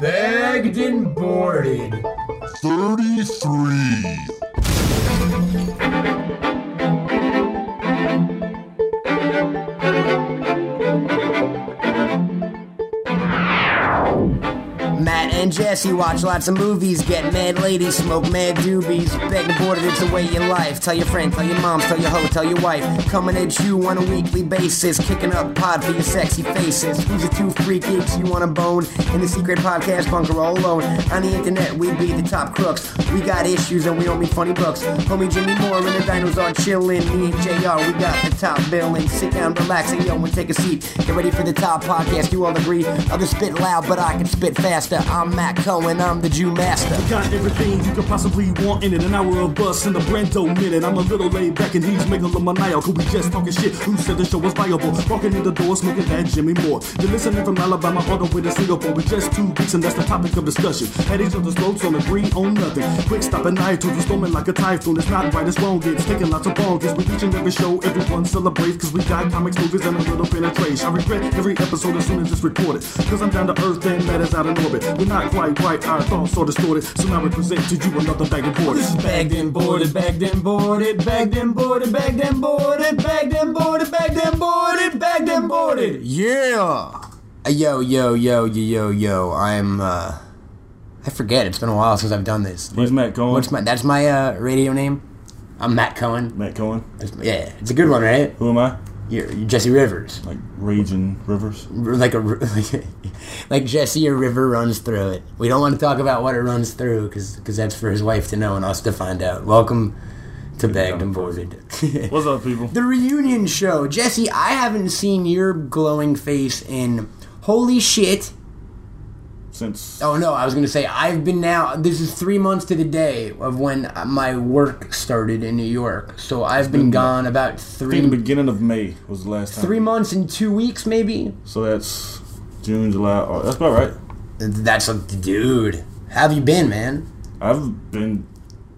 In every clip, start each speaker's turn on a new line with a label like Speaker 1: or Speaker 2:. Speaker 1: Bagged and boarded.
Speaker 2: 33.
Speaker 3: Matt and Jesse watch lots of movies, get mad ladies, smoke mad doobies. Begging boarded, it's a way of life. Tell your friend, tell your mom, tell your hoe, tell your wife. Coming at you on a weekly basis, kicking up pod for your sexy faces. Who's the two free geeks you wanna bone? In the secret podcast bunker all alone. On the internet, we be the top crooks. We got issues and we don't read funny books. Homie Jimmy Moore and the dinos are chilling. Me and JR, we got the top billing. Sit down, relax, and yo, and take a seat. Get ready for the top podcast, you all agree. Others spit loud, but I can spit faster. I'm Matt Cohen, I'm the Jew Master.
Speaker 4: Got everything you could possibly want in it. An hour of bus in the Brando minute. I'm a little laid back and he's megalomaniacal. We just talking shit. Who said the show was viable? Walking in the door, smoking that Jimmy Moore. You're listening from Alabama all the way to Singapore. With just two weeks and that's the topic of discussion. At each other's throats on agree on nothing. Quick stop and I told the storming like a typhoon. It's not right, it's wrong. It's taking lots of bonkers. With each and every show, everyone celebrates. Cause we got comics, movies, and a little penetration. I regret every episode as soon as it's recorded. Cause I'm down to earth and matters out in orbit. We're not quite right, our thoughts are distorted. So now we present to you another bag of board. This is
Speaker 1: Bagged and boarded, bagged and boarded, bagged and boarded, bagged and boarded, bagged and boarded, bagged and boarded, bagged and boarded.
Speaker 3: Yeah. Uh, Yo, yo, yo, yo, yo, yo. I'm. uh I forget. It's been a while since I've done this.
Speaker 4: He's Matt Cohen.
Speaker 3: What's my? That's my uh radio name. I'm Matt Cohen.
Speaker 4: Matt Cohen.
Speaker 3: That's my- yeah, it's a good one, right?
Speaker 4: Who am I?
Speaker 3: You're, you're Jesse Rivers,
Speaker 4: Like Raging Rivers.
Speaker 3: R- like a r- like Jesse, a river runs through it. We don't want to talk about what it runs through because that's for his wife to know and us to find out. Welcome to Bagged and Boarded.
Speaker 4: What's up, people?
Speaker 3: The reunion show. Jesse, I haven't seen your glowing face in holy shit.
Speaker 4: Since
Speaker 3: Oh no, I was gonna say I've been now. This is three months to the day of when my work started in New York. So I've been gone about
Speaker 4: the
Speaker 3: three
Speaker 4: beginning of May was the last time.
Speaker 3: three months and two weeks, maybe.
Speaker 4: Um, So that's June, July. Oh, that's about right.
Speaker 3: That's a dude. How have you been, man?
Speaker 4: I've been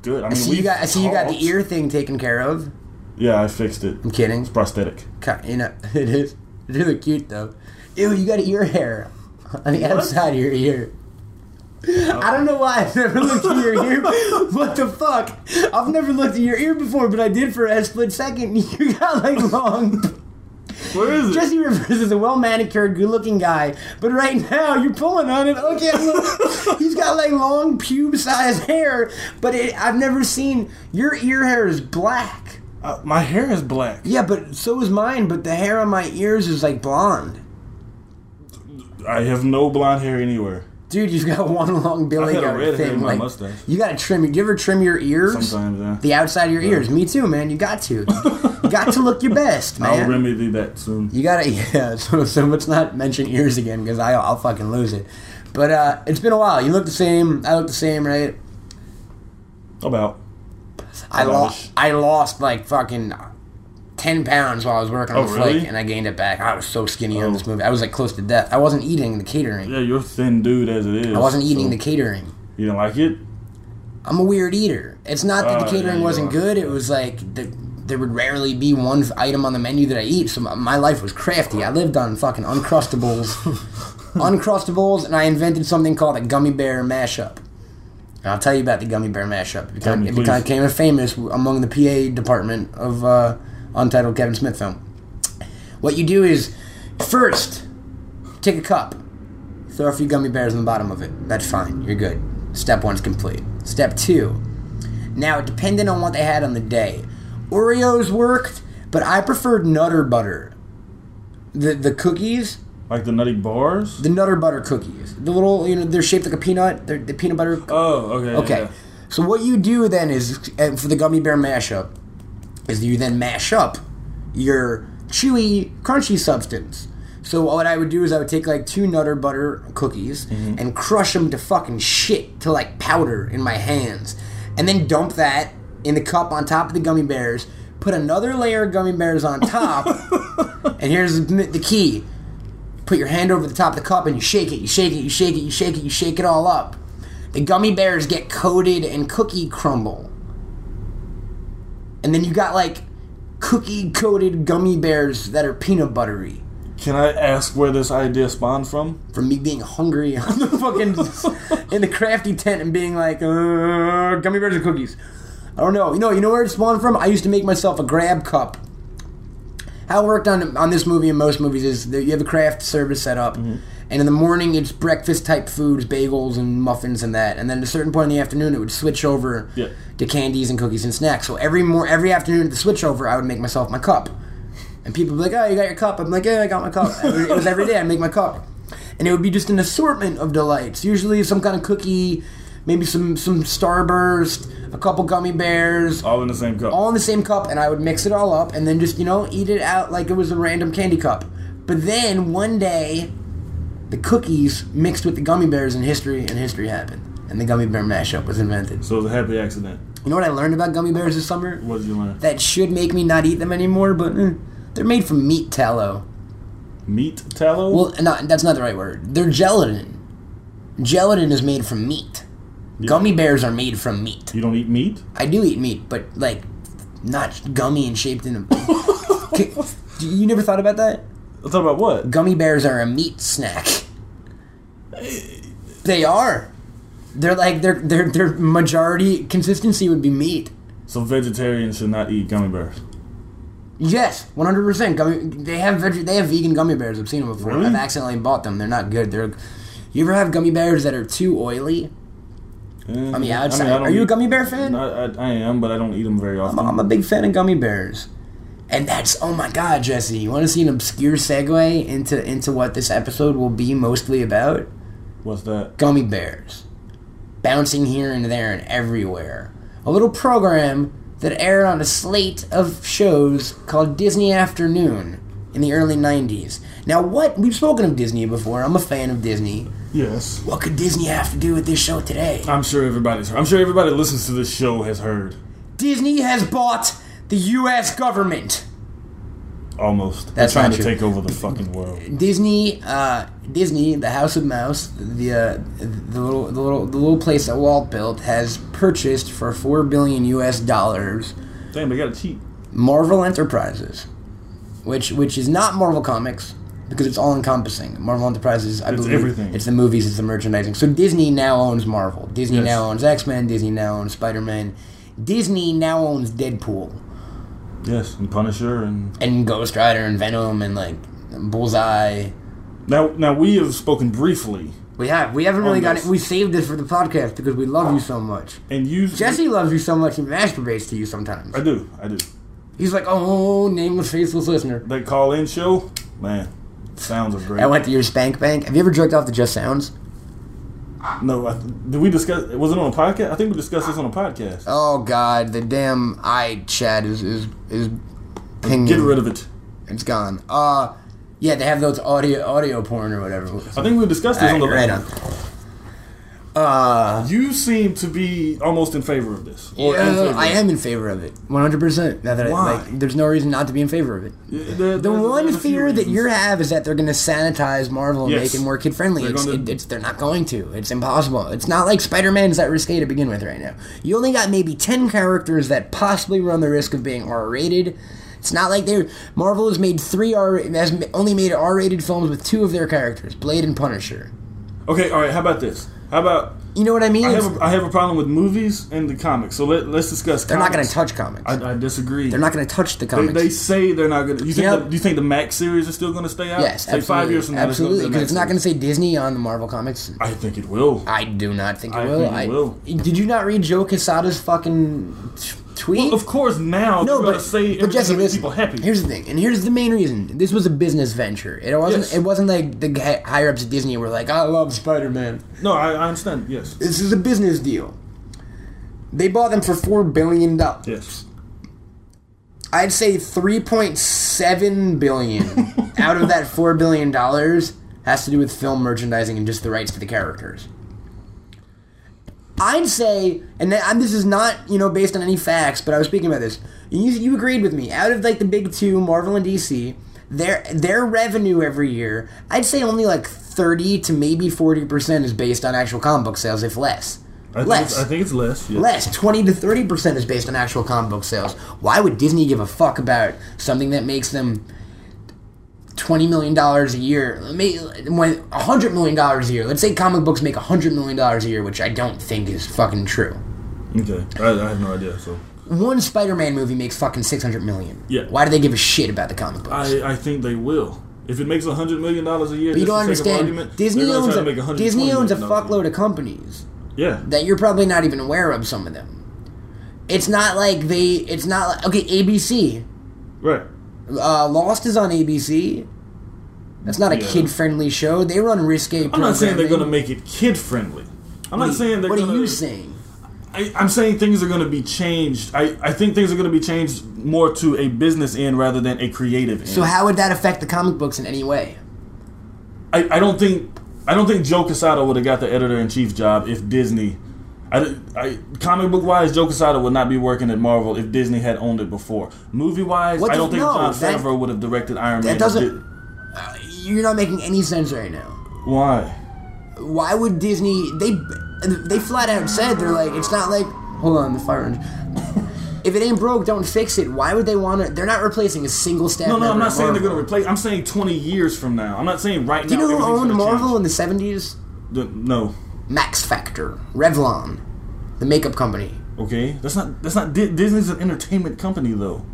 Speaker 4: good. I mean,
Speaker 3: I see you
Speaker 4: we've
Speaker 3: got. I see you got
Speaker 4: talked.
Speaker 3: the ear thing taken care of.
Speaker 4: Yeah, I fixed it.
Speaker 3: I'm kidding.
Speaker 4: Prosthetic.
Speaker 3: Ki- You know, it is it's really cute though. Ew, you got ear hair on the outside of your ear.
Speaker 4: Oh.
Speaker 3: I don't know why I've never looked at your ear. What the fuck? I've never looked at your ear before, but I did for a split second. You got like long.
Speaker 4: Where is
Speaker 3: Jesse Rivers is a well manicured, good looking guy, but right now you're pulling on it. Look at him. He's got like long pube sized hair, but it, I've never seen your ear hair is black.
Speaker 4: Uh, my hair is black.
Speaker 3: Yeah, but so is mine, but the hair on my ears is like blonde.
Speaker 4: I have no blonde hair anywhere.
Speaker 3: Dude, you've got one long billy
Speaker 4: I had a
Speaker 3: goat
Speaker 4: red hair
Speaker 3: thing.
Speaker 4: in my
Speaker 3: like,
Speaker 4: mustache.
Speaker 3: You gotta trim. Do you ever trim your ears?
Speaker 4: Sometimes, yeah.
Speaker 3: The outside of your ears. Me too, man. You got to. you got to look your best,
Speaker 4: I'll
Speaker 3: man.
Speaker 4: remedy that soon.
Speaker 3: you gotta. Yeah. So, so let's not mention ears again because I'll, I'll fucking lose it. But uh, it's been a while. You look the same. I look the same, right?
Speaker 4: About.
Speaker 3: I
Speaker 4: About
Speaker 3: lost.
Speaker 4: it.
Speaker 3: I lost like fucking ten pounds while I was working on
Speaker 4: Oh,
Speaker 3: the
Speaker 4: really?
Speaker 3: flake, and I gained it back. I was so skinny on
Speaker 4: Oh.
Speaker 3: this movie. I was like close to death. I wasn't eating the catering.
Speaker 4: Yeah, you're a thin dude as it is.
Speaker 3: I wasn't eating
Speaker 4: so-
Speaker 3: the catering.
Speaker 4: You didn't like it?
Speaker 3: I'm a weird eater. It's not that the
Speaker 4: Oh, yeah,
Speaker 3: catering
Speaker 4: you
Speaker 3: wasn't
Speaker 4: are.
Speaker 3: good. It was like the, there would rarely be one f- item on the menu that I eat. So my, my life was crafty. I lived on fucking uncrustables, uncrustables, and I invented something called a gummy bear mashup. And I'll tell you about the gummy bear mashup. It
Speaker 4: Tell
Speaker 3: became,
Speaker 4: me,
Speaker 3: it became
Speaker 4: please.
Speaker 3: became famous among the PA department of uh, Untitled Kevin Smith film. What you do is first take a cup, throw a few gummy bears on the bottom of it. That's fine. You're good. Step one's complete. Step two. Now, depending on what they had on the day, Oreos worked, but I preferred Nutter Butter. The the cookies,
Speaker 4: Like the nutty bars?
Speaker 3: the Nutter Butter cookies, the little you know they're shaped like a peanut. They're the peanut butter.
Speaker 4: oh, okay.
Speaker 3: Okay.
Speaker 4: yeah.
Speaker 3: So what you do then is and for the gummy bear mashup is you then mash up your chewy, crunchy substance. So what I would do is I would take like two Nutter Butter cookies
Speaker 4: Mm-hmm.
Speaker 3: and crush them to fucking shit to like powder in my hands, and then dump that in the cup on top of the gummy bears. Put another layer of gummy bears on top, and here's the the key: put your hand over the top of the cup and you shake it, you shake it, you shake it, you shake it, you shake it all up. The gummy bears get coated in cookie crumble. And then you got like cookie coated gummy bears that are peanut buttery.
Speaker 4: Can I ask where this idea spawned from?
Speaker 3: From me being hungry on the fucking in the crafty tent and being like, uh, gummy bears or cookies. I don't know. You know, you know where it spawned from? I used to make myself a grab cup. How it worked on on this movie and most movies is that you have a craft service set up, and in the morning it's breakfast type foods, bagels and muffins and that, and then at a certain point in the afternoon it would switch over
Speaker 4: Yeah.
Speaker 3: to candies and cookies and snacks. So every more every afternoon at the switch over, I would make myself my cup. And people would be like, oh, you got your cup. I'm like, yeah, I got my cup. It was every day I make my cup. And it would be just an assortment of delights. Usually some kind of cookie, maybe some, some Starburst, a couple gummy bears,
Speaker 4: All in the same cup.
Speaker 3: all in the same cup. And I would mix it all up and then just, you know, eat it out like it was a random candy cup. But then one day, the cookies mixed with the gummy bears in history, and history happened. And the gummy bear mashup was invented.
Speaker 4: so it was a happy accident.
Speaker 3: You know what I learned about gummy bears this summer?
Speaker 4: What did you learn?
Speaker 3: that should make me not eat them anymore, but eh, they're made from meat tallow.
Speaker 4: Meat tallow?
Speaker 3: Well, no, that's not the right word. They're gelatin. Gelatin is made from meat. Gummy bears are made from meat.
Speaker 4: you don't eat meat?
Speaker 3: I do eat meat, but like not gummy and shaped in a. K- you never thought about that?
Speaker 4: I thought about what?
Speaker 3: Gummy bears are a meat snack. They are. They're like their their their majority consistency would be meat.
Speaker 4: So vegetarians should not eat gummy bears.
Speaker 3: Yes, one hundred percent. They have veg- they have vegan gummy bears. I've seen them before.
Speaker 4: Really?
Speaker 3: I've accidentally bought them. They're not good. They're. You ever have gummy bears that are too oily
Speaker 4: Eh,
Speaker 3: on the outside?
Speaker 4: I don't
Speaker 3: are you a
Speaker 4: eat-
Speaker 3: gummy bear fan?
Speaker 4: I, I, I am, but I don't eat them very often.
Speaker 3: I'm a big fan of gummy bears, and that's oh my god, Jesse. You want to see an obscure segue into into what this episode will be mostly about?
Speaker 4: What's that?
Speaker 3: Gummy bears, bouncing here and there and everywhere. A little program that aired on a slate of shows called Disney Afternoon in the early 90s. Now, what we've spoken of Disney before. I'm a fan of Disney.
Speaker 4: Yes.
Speaker 3: What could Disney have to do with this show today?
Speaker 4: I'm sure everybody's heard. I'm sure everybody that listens to this show has heard.
Speaker 3: Disney has bought the U.S. government.
Speaker 4: Almost.
Speaker 3: That's
Speaker 4: They're trying
Speaker 3: not
Speaker 4: to
Speaker 3: true.
Speaker 4: take over the fucking world.
Speaker 3: Disney, uh, Disney, the House of Mouse, the uh, the little the little the little place that Walt built has purchased for four billion U.S. dollars.
Speaker 4: Damn, they got to cheat.
Speaker 3: Marvel Enterprises, which which is not Marvel Comics because it's all encompassing. Marvel Enterprises, I believe,
Speaker 4: everything.
Speaker 3: it's the movies, it's the merchandising. So Disney now owns Marvel. Disney
Speaker 4: Yes.
Speaker 3: now owns X Men. Disney now owns Spider Man. Disney now owns Deadpool
Speaker 4: Yes, and Punisher and
Speaker 3: and Ghost Rider and Venom and like Bullseye.
Speaker 4: now now we have spoken briefly,
Speaker 3: We have we haven't really got
Speaker 4: this.
Speaker 3: it. We saved this for the podcast because we love you so much.
Speaker 4: and you
Speaker 3: Jesse loves you so much he masturbates to you sometimes.
Speaker 4: I do, I do.
Speaker 3: He's like, oh, nameless faceless listener.
Speaker 4: That call in show, man, sounds are great.
Speaker 3: I went to your spank bank. Have you ever jerked off to Just Sounds?
Speaker 4: no, I, did we discuss? Was it on a podcast? I think we discussed this on a podcast.
Speaker 3: Oh God, the damn eye chat is is is pinging.
Speaker 4: Get rid of it.
Speaker 3: It's gone. Uh, yeah, they have those audio audio porn or whatever.
Speaker 4: I think we discussed this on the.
Speaker 3: Alright, right on. Uh,
Speaker 4: You seem to be almost in favor of this. Or in
Speaker 3: yeah,
Speaker 4: favor.
Speaker 3: I am in favor of it, 100. percent Now that I,
Speaker 4: Why?
Speaker 3: like, there's no reason not to be in favor of it.
Speaker 4: Yeah, there-
Speaker 3: The
Speaker 4: there's-
Speaker 3: one
Speaker 4: there's a few
Speaker 3: fear that
Speaker 4: reasons.
Speaker 3: you have is that they're going to sanitize Marvel and
Speaker 4: Yes.
Speaker 3: make it more kid friendly.
Speaker 4: They're
Speaker 3: It's,
Speaker 4: gonna-
Speaker 3: it, it's they're not going to. It's impossible. It's not like Spider Man's that risque to begin with right now. You only got maybe ten characters that possibly run the risk of being R rated. It's not like they Marvel has made three R has ma- only made R rated films with two of their characters, Blade and Punisher.
Speaker 4: Okay, all right. How about this? How about
Speaker 3: You know what I mean?
Speaker 4: I
Speaker 3: It's-
Speaker 4: have a, I have a problem with movies and the comics. So let let's discuss.
Speaker 3: they're not going to
Speaker 4: comics.
Speaker 3: touch comics.
Speaker 4: I, I disagree.
Speaker 3: they're not going to touch the
Speaker 4: They,
Speaker 3: comics.
Speaker 4: they say they're not gonna. You think?
Speaker 3: know-
Speaker 4: the, do you think the Max series is still gonna stay out?
Speaker 3: yes,
Speaker 4: Say five
Speaker 3: absolutely.
Speaker 4: years from now. there's
Speaker 3: absolutely,
Speaker 4: gonna be a
Speaker 3: because it's not going to say
Speaker 4: Max
Speaker 3: Disney on the Marvel comics.
Speaker 4: series. I think it will.
Speaker 3: I do not think it
Speaker 4: I
Speaker 3: will.
Speaker 4: think it will.
Speaker 3: Did you not read Joe Quesada's fucking t- tweet?
Speaker 4: Of course, now
Speaker 3: no,
Speaker 4: you're
Speaker 3: but,
Speaker 4: gonna say
Speaker 3: but Jesse,
Speaker 4: everything to make
Speaker 3: listen.
Speaker 4: people happy.
Speaker 3: Here's the thing, and here's the main reason. This was a business venture. It wasn't.
Speaker 4: Yes.
Speaker 3: It wasn't like the guy- higher ups at Disney were like, "I love Spider Man."
Speaker 4: no, I, I understand. Yes,
Speaker 3: This is a business deal. They bought them for four billion dollars.
Speaker 4: yes.
Speaker 3: I'd say three point seven billion out of that four billion dollars has to do with film merchandising and just the rights to the characters. I'd say, and th- and this is not you know based on any facts, but I was speaking about this. You, you agreed with me. Out of like the big two, Marvel and DC, their their revenue every year, I'd say only like thirty to maybe forty percent is based on actual comic book sales, if less.
Speaker 4: I think,
Speaker 3: less
Speaker 4: it's, I think it's less. Yes.
Speaker 3: less 20 to 30 percent is based on actual comic book sales why would disney give a fuck about something that makes them twenty million dollars a year, may- when hundred million dollars a year. Let's say comic books make hundred million dollars a year, which I don't think is fucking true.
Speaker 1: Okay, I, I have no idea. So
Speaker 3: One Spider-Man movie makes fucking six hundred million.
Speaker 1: Yeah.
Speaker 3: Why do they give a shit about the comic books?
Speaker 1: I, I think they will. If it makes hundred million dollars a year,
Speaker 3: but you
Speaker 1: just
Speaker 3: don't
Speaker 1: for sake of
Speaker 3: understand.
Speaker 1: argument,
Speaker 3: Disney
Speaker 1: they're gonna
Speaker 3: owns
Speaker 1: try to
Speaker 3: a,
Speaker 1: make $120
Speaker 3: Disney owns a
Speaker 1: million dollars
Speaker 3: fuckload of companies.
Speaker 1: Yeah,
Speaker 3: that you're probably not even aware of some of them. It's not like they. It's not like okay. ABC.
Speaker 1: right.
Speaker 3: Uh, Lost is on ABC. That's not a
Speaker 1: Yeah.
Speaker 3: kid-friendly show. They run risque.
Speaker 1: I'm not saying they're gonna make it kid friendly. I'm not saying they're
Speaker 3: What
Speaker 1: gonna.
Speaker 3: are you saying?
Speaker 1: I, I'm saying things are going to be changed. I, I think things are going to be changed more to a business end rather than a creative end.
Speaker 3: So how would that affect the comic books in any way?
Speaker 1: I, I don't think I don't think Joe Quesada would have got the editor in chief job if Disney. I, I, comic book wise, Joe Quesada would not be working at Marvel if Disney had owned it before. Movie wise,
Speaker 3: What
Speaker 1: I don't
Speaker 3: does-
Speaker 1: think
Speaker 3: no,
Speaker 1: John
Speaker 3: that-
Speaker 1: Favreau would have directed Iron Man.
Speaker 3: That
Speaker 1: if
Speaker 3: doesn't.
Speaker 1: Di-
Speaker 3: Uh, you're not making any sense right now.
Speaker 1: why?
Speaker 3: Why would Disney? They they flat out said they're like it's not like. Hold on, the fire engine. If it ain't broke, don't fix it. Why would they want to? They're not replacing a single staff.
Speaker 1: No, no,
Speaker 3: member
Speaker 1: I'm not
Speaker 3: at
Speaker 1: saying they're
Speaker 3: Marvel.
Speaker 1: going to replace. I'm saying 20 years from now. I'm not saying right
Speaker 3: Do you know
Speaker 1: now.
Speaker 3: who
Speaker 1: everything's
Speaker 3: owned
Speaker 1: gonna change.
Speaker 3: Marvel in the 70s?
Speaker 1: The- no.
Speaker 3: Max Factor, Revlon, the makeup company.
Speaker 1: Okay, that's not that's not Di- Disney's an entertainment company though.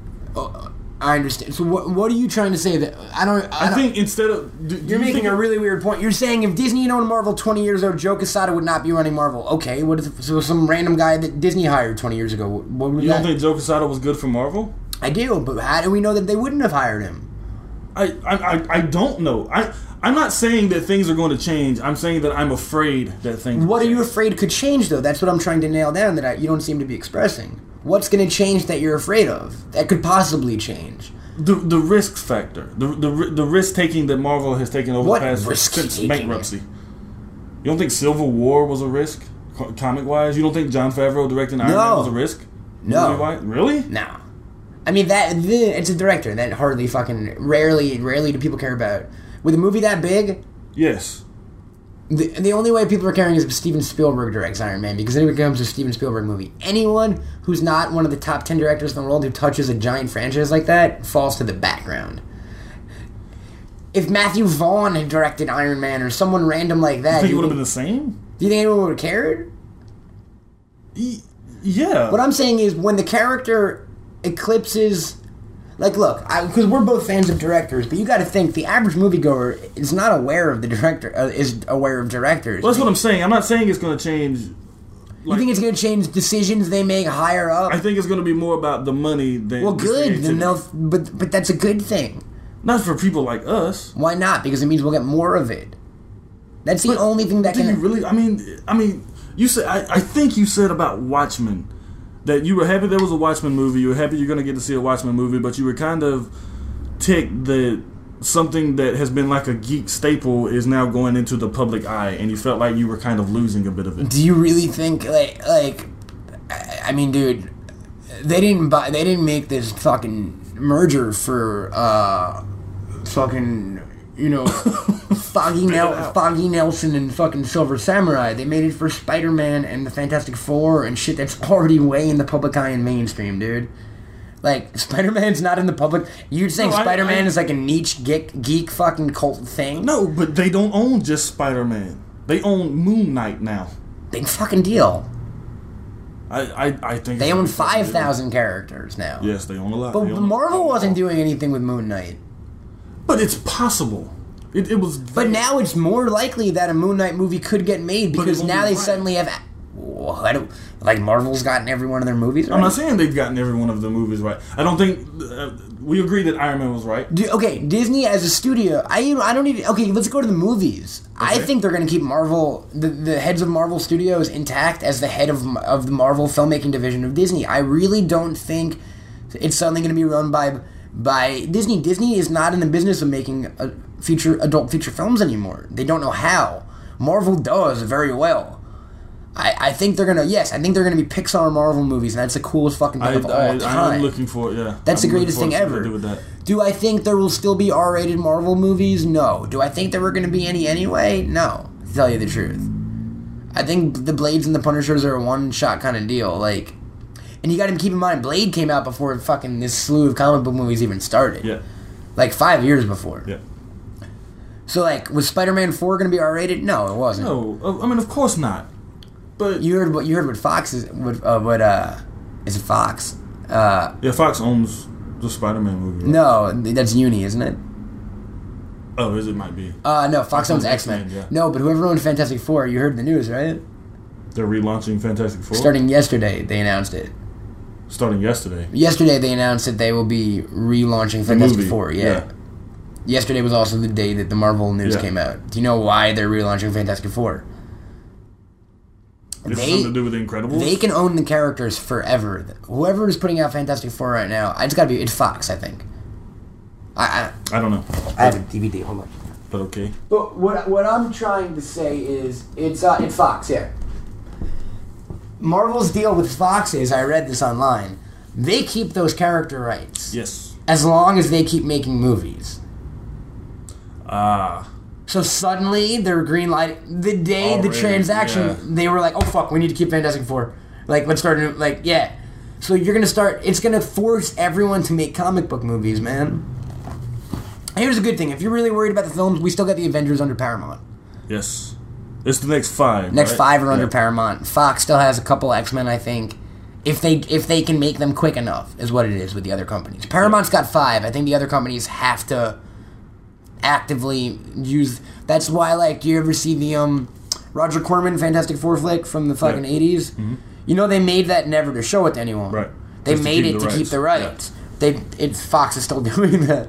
Speaker 3: I understand. So what, what are you trying to say that I don't I,
Speaker 1: I
Speaker 3: don't,
Speaker 1: think instead of do, do
Speaker 3: you're
Speaker 1: you
Speaker 3: making
Speaker 1: think-
Speaker 3: a really weird point. You're saying if Disney had owned Marvel 20 years ago, Joe Quesada would not be running Marvel. Okay, what if so some random guy that Disney hired 20 years ago? What would
Speaker 1: you
Speaker 3: that?
Speaker 1: don't think Joe Quesada was good for Marvel?
Speaker 3: I do, but how do we know that they wouldn't have hired him?
Speaker 1: I, I, I, I don't know. I I'm not saying that things are going to change. I'm saying that I'm afraid that things.
Speaker 3: What are
Speaker 1: will
Speaker 3: you
Speaker 1: change.
Speaker 3: afraid could change though? That's what I'm trying to nail down that I, you don't seem to be expressing. What's going to change that you're afraid of? That could possibly change.
Speaker 1: the the risk factor, the the, ri- the risk taking that Marvel has taken over
Speaker 3: What
Speaker 1: the past
Speaker 3: risk
Speaker 1: since
Speaker 3: taking?
Speaker 1: bankruptcy? You don't think Civil War was a risk, comic wise? You don't think John Favreau directing Iron Man
Speaker 3: No.
Speaker 1: was a risk?
Speaker 3: No.
Speaker 1: Movie-wise? really?
Speaker 3: No. I mean that the, it's a director that hardly fucking rarely rarely do people care about. With a movie that big,
Speaker 1: Yes.
Speaker 3: the, the only way people are caring is if Steven Spielberg directs Iron Man because then it becomes a Steven Spielberg movie. Anyone who's not one of the top 10 directors in the world who touches a giant franchise like that falls to the background. If Matthew Vaughn had directed Iron Man or someone random like that,
Speaker 1: I think it
Speaker 3: do you
Speaker 1: would have
Speaker 3: think,
Speaker 1: been the same.
Speaker 3: do you think anyone would have cared?
Speaker 1: Y- Yeah.
Speaker 3: What I'm saying is when the character eclipses, like, look, because we're both fans of directors, but you got to think the average moviegoer is not aware of the director, uh, is aware of directors.
Speaker 1: Well, that's what I'm saying. I'm not saying it's going to change.
Speaker 3: you think it's going to change decisions they make higher up?
Speaker 1: I think it's going to be more about the money than
Speaker 3: well,
Speaker 1: the
Speaker 3: good, then
Speaker 1: creativity.
Speaker 3: they'll, but but that's a good thing.
Speaker 1: Not for people like us.
Speaker 3: Why not? Because it means we'll get more of it. That's the only thing that
Speaker 1: Do you
Speaker 3: can.
Speaker 1: really? I mean, I mean, you said. I, I think you said about Watchmen that you were happy there was a Watchmen movie. You were happy you're going to get to see a Watchmen movie, but you were kind of ticked that something that has been like a geek staple is now going into the public eye, and you felt like you were kind of losing a bit of it.
Speaker 3: Do you really think like like I I mean, dude, they didn't buy they didn't make this fucking merger for uh fucking you know Foggy Nel-
Speaker 1: out.
Speaker 3: Foggy Nelson and fucking Silver Samurai. They made it for Spider Man and the Fantastic Four and shit that's already way in the public eye and mainstream, dude. Like Spider Man's not in the public. You're saying
Speaker 1: No, I-
Speaker 3: Spider Man
Speaker 1: I-
Speaker 3: is like a niche geek, geek fucking cult thing?
Speaker 1: No, but they don't own just Spider-Man. They own Moon Knight now.
Speaker 3: big fucking deal.
Speaker 1: I I, I think
Speaker 3: They
Speaker 1: it's-
Speaker 3: own five thousand characters now.
Speaker 1: Yes, they own a lot.
Speaker 3: But
Speaker 1: They own a-
Speaker 3: Marvel wasn't doing anything with Moon Knight.
Speaker 1: But it's possible. It, it was.
Speaker 3: But now it's more likely that a Moon Knight movie could get made
Speaker 1: it
Speaker 3: because
Speaker 1: won't
Speaker 3: now
Speaker 1: be
Speaker 3: they
Speaker 1: right.
Speaker 3: suddenly have. What? Like Marvel's gotten every one of their movies. Right?
Speaker 1: I'm not saying they've gotten every one of the movies right. I don't think uh, we agree that Iron Man was right.
Speaker 3: Do- okay, Disney as a studio, I even- I don't even. Okay, let's go to the movies. I
Speaker 1: Okay.
Speaker 3: think they're going to keep Marvel, the, the heads of Marvel Studios intact as the head of of the Marvel filmmaking division of Disney. I really don't think it's suddenly going to be run by by Disney. Disney is not in the business of making uh feature adult feature films anymore. They don't know how. Marvel does very well. I, I think they're gonna yes I think they're gonna be Pixar Marvel movies and that's the coolest fucking thing
Speaker 1: I,
Speaker 3: of all
Speaker 1: I,
Speaker 3: time.
Speaker 1: I'm looking for yeah.
Speaker 3: That's
Speaker 1: I'm
Speaker 3: the greatest
Speaker 1: looking
Speaker 3: thing
Speaker 1: forward to
Speaker 3: ever.
Speaker 1: what they Do with that.
Speaker 3: Do I think there will still be R-rated Marvel movies? No. Do I think there were going to be any anyway? No. To tell you the truth, I think the Blades and the Punishers are a one-shot kind of deal. Like, and you got to keep in mind, Blade came out before fucking this slew of comic book movies even started.
Speaker 1: Yeah.
Speaker 3: like five years before.
Speaker 1: Yeah.
Speaker 3: So like, was Spider-Man Four going to be R-rated? No, it wasn't.
Speaker 1: No, uh, I mean, of course not. But
Speaker 3: You heard what you heard what Fox is what uh, what uh is it Fox? Uh,
Speaker 1: yeah, Fox owns the Spider-Man movie. right?
Speaker 3: no, that's Uni, isn't it?
Speaker 1: Oh, as it might be.
Speaker 3: Uh, no, Fox owns X Men.
Speaker 1: X-Men, yeah.
Speaker 3: No, but whoever owned Fantastic Four, you heard the news, right?
Speaker 1: They're relaunching Fantastic Four
Speaker 3: Starting yesterday, they announced it.
Speaker 1: starting yesterday.
Speaker 3: Yesterday, they announced that they will be relaunching
Speaker 1: The
Speaker 3: Fantastic
Speaker 1: movie.
Speaker 3: Four. Yeah. Yesterday was also the day that the Marvel news
Speaker 1: Yeah.
Speaker 3: came out. Do you know why they're relaunching Fantastic Four?
Speaker 1: It's
Speaker 3: They-
Speaker 1: something to do with the Incredibles.
Speaker 3: They can own the characters forever. Whoever is putting out Fantastic Four right now, it's got to be it's Fox, I think. I,
Speaker 1: I don't know,
Speaker 3: I I have a DVD. Hold on.
Speaker 1: but okay.
Speaker 3: But what what I'm trying to say is it's uh, it's Fox, yeah. Marvel's deal with Fox is I read this online. They keep those character rights
Speaker 1: Yes.
Speaker 3: as long as they keep making movies.
Speaker 1: Ah.
Speaker 3: So suddenly they're green light the day the
Speaker 1: Already,
Speaker 3: transaction
Speaker 1: yeah.
Speaker 3: they were like, Oh fuck, we need to keep Fantastic Four. Like let's start a new like yeah. So you're gonna start it's gonna force everyone to make comic book movies, man. Here's a good thing, if you're really worried about the films, we still got the Avengers under Paramount.
Speaker 1: yes. It's the next five.
Speaker 3: Next
Speaker 1: right?
Speaker 3: five are under
Speaker 1: Yeah.
Speaker 3: Paramount. Fox still has a couple X Men, I think. If they if they can make them quick enough, is what it is with the other companies. Paramount's got five. I think the other companies have to actively use. That's why, like, do you ever see the um, Roger Corman Fantastic Four flick from the fucking
Speaker 1: Yeah. Mm-hmm.
Speaker 3: 80s You know they made that never to show it to anyone.
Speaker 1: Right.
Speaker 3: They
Speaker 1: Just to
Speaker 3: made
Speaker 1: keep
Speaker 3: it
Speaker 1: the
Speaker 3: to keep
Speaker 1: rights.
Speaker 3: the
Speaker 1: Yeah.
Speaker 3: rights. They it Fox is still doing that.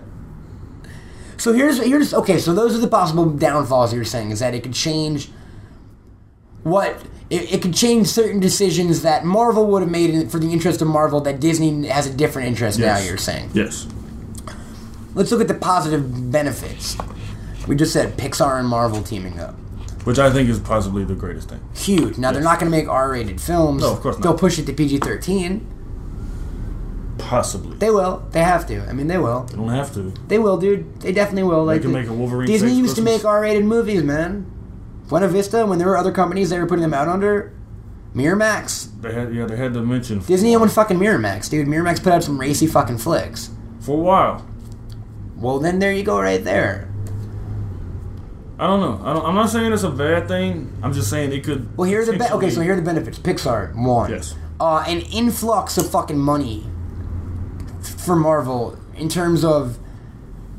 Speaker 3: So here's here's okay. So those are the possible downfalls you're saying is that it could change what it, it could change certain decisions that Marvel would have made in, for the interest of Marvel that Disney has a different interest
Speaker 1: Yes.
Speaker 3: now. You're saying.
Speaker 1: Yes.
Speaker 3: Let's look at the positive benefits. We just said Pixar and Marvel teaming up.
Speaker 1: Which I think is possibly the greatest thing.
Speaker 3: Huge. Now they're not going to make R-rated films.
Speaker 1: No, of course not.
Speaker 3: They'll push it to PG-13.
Speaker 1: Possibly.
Speaker 3: They will. They have to. I mean, they will.
Speaker 1: They don't have to.
Speaker 3: They will, dude. They definitely will. Like
Speaker 1: can make a Wolverine
Speaker 3: Disney
Speaker 1: face
Speaker 3: used to
Speaker 1: Christmas.
Speaker 3: make R-rated movies, man. Buena Vista, when there were other companies they were putting them out under, Miramax.
Speaker 1: They had yeah. They had to mention
Speaker 3: Disney owned fucking Miramax, dude. Miramax put out some racy fucking flicks.
Speaker 1: for a while.
Speaker 3: Well, then there you go, right there.
Speaker 1: I don't know. I don't, I'm not saying it's a bad thing. I'm just saying it could.
Speaker 3: Well, here are the be- okay.
Speaker 1: potentially-
Speaker 3: So here are the benefits. Pixar one.
Speaker 1: Yes.
Speaker 3: Uh, an influx of fucking money for Marvel in terms of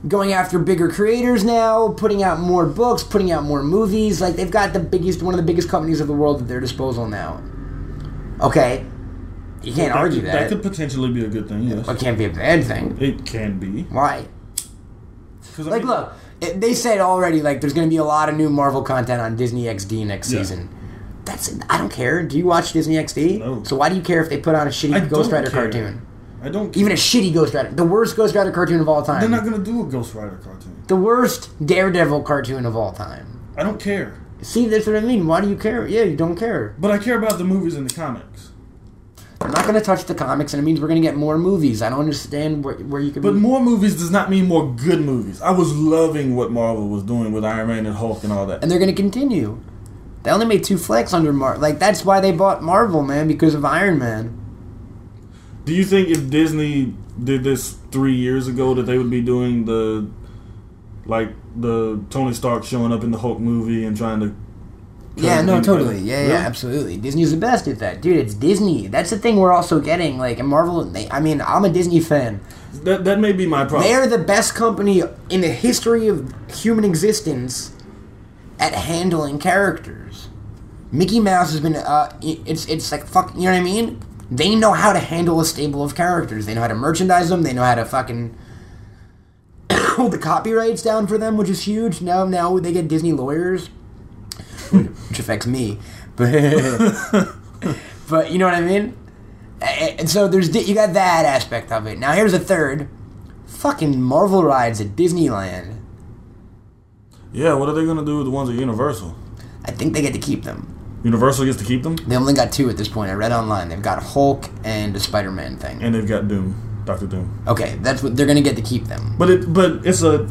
Speaker 3: going after bigger creators now, putting out more books, putting out more movies. Like they've got the biggest, one of the biggest companies of the world at their disposal now. Okay, you can't argue
Speaker 1: could-
Speaker 3: that.
Speaker 1: could potentially be a good thing. Yes.
Speaker 3: It can't be a bad thing.
Speaker 1: It can be.
Speaker 3: Why?
Speaker 1: 'Cause I
Speaker 3: Like,
Speaker 1: mean-
Speaker 3: look, it, they said already like there's going to be a lot of new Marvel content on Disney XD next
Speaker 1: Yeah.
Speaker 3: season. That's I don't care. Do you watch Disney XD?
Speaker 1: No.
Speaker 3: So why do you care if they put on a shitty
Speaker 1: I
Speaker 3: Ghost
Speaker 1: don't
Speaker 3: Rider
Speaker 1: care.
Speaker 3: cartoon?
Speaker 1: I don't.
Speaker 3: Even a shitty Ghost Rider, the worst Ghost Rider cartoon of all time.
Speaker 1: they're not gonna do a Ghost Rider cartoon.
Speaker 3: the worst Daredevil cartoon of all time.
Speaker 1: I don't care,
Speaker 3: See, that's what I mean. Why do you care? Yeah, you don't care.
Speaker 1: but I care about the movies and the comics.
Speaker 3: They're not going to touch the comics, and it means we're going to get more movies. I don't understand where, where you could.
Speaker 1: But
Speaker 3: be.
Speaker 1: more movies does not mean more good movies. I was loving what Marvel was doing with Iron Man and Hulk and all that.
Speaker 3: and they're going to continue. They only made two flicks under Mar. Like that's why they bought Marvel, man, because of Iron Man.
Speaker 1: Do you think if Disney did this three years ago that they would be doing the like the Tony Stark showing up in the Hulk movie and trying to
Speaker 3: Yeah, no,
Speaker 1: Anybody.
Speaker 3: totally. Yeah, yeah,
Speaker 1: Really?
Speaker 3: absolutely. Disney's the best at that, dude. It's Disney. That's the thing we're also getting. Like, and Marvel. They, I mean, I'm a Disney fan.
Speaker 1: that that may be my problem.
Speaker 3: They are the best company in the history of human existence at handling characters. Mickey Mouse has been. Uh, i- it's it's like fuck. You know what I mean? They know how to handle a stable of characters. They know how to merchandise them. They know how to fucking hold the copyrights down for them, which is huge. Now now they get Disney lawyers, which affects me. But but you know what I mean. A- And so there's di- you got that aspect of it. Now here's a third, fucking Marvel rides at Disneyland.
Speaker 1: yeah, what are they gonna do with the ones at Universal?
Speaker 3: I think they get to keep them.
Speaker 1: Universal gets to keep them,
Speaker 3: They only got two at this point. I read online. They've got Hulk and a Spider-Man thing.
Speaker 1: and they've got Doom, Doctor Doom.
Speaker 3: Okay, that's what they're gonna get to keep them.
Speaker 1: But it but it's a